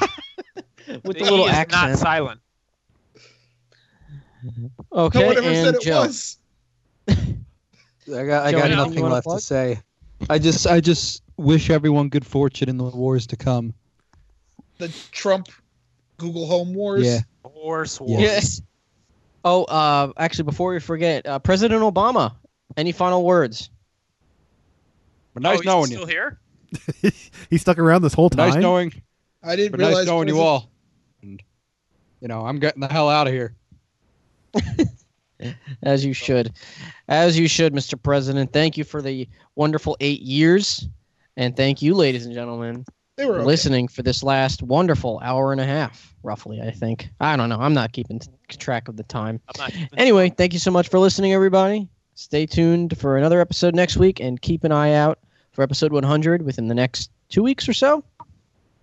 S4: The
S1: the little
S4: E is
S1: accent.
S4: not silent.
S1: okay,
S3: no one ever
S1: and
S3: said it
S1: Joe.
S3: was.
S6: I got, I
S1: Joe,
S6: got
S1: anything you
S6: nothing
S1: wanna
S6: left
S1: plug?
S6: to say. I just, I just wish everyone good fortune in the wars to come.
S3: The Trump Google Home Wars.
S6: Yeah.
S4: Horse
S6: Yeah.
S4: war.
S1: Yes. Oh, uh, actually, before we forget, uh, President Obama. Any final words?
S4: Oh,
S9: But nice
S4: he's
S9: knowing
S4: still
S9: you.
S4: here.
S2: he stuck around this whole time.
S9: Nice knowing.
S3: I didn't
S9: But
S3: realize
S9: nice knowing you
S3: President-
S9: all. And, you know, I'm getting the hell out of here.
S1: As you should. As you should, Mr. President. Thank you for the wonderful eight years. And thank you, ladies and gentlemen,
S3: They were
S1: for
S3: okay.
S1: listening for this last wonderful hour and a half, roughly, I think. I don't know. I'm not keeping t- track of the time.
S4: I'm not
S1: Anyway, thank you so much for listening, everybody. Stay tuned for another episode next week and keep an eye out for episode 100 within the next two weeks or so.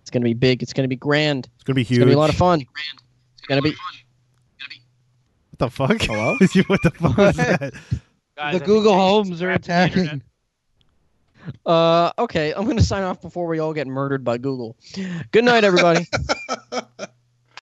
S1: It's going to be big. It's going to be grand.
S2: It's gonna be
S1: It's
S2: huge.
S1: going to be a lot of fun. It's going to be.
S2: What the fuck?
S6: Hello?
S2: what the fuck was that?
S4: Guys, I
S5: The
S4: think
S5: Google
S4: we should
S5: homes are
S4: scrap the internet.
S5: attacking.
S1: Uh, okay, I'm going to sign off before we all get murdered by Google. Good night, everybody.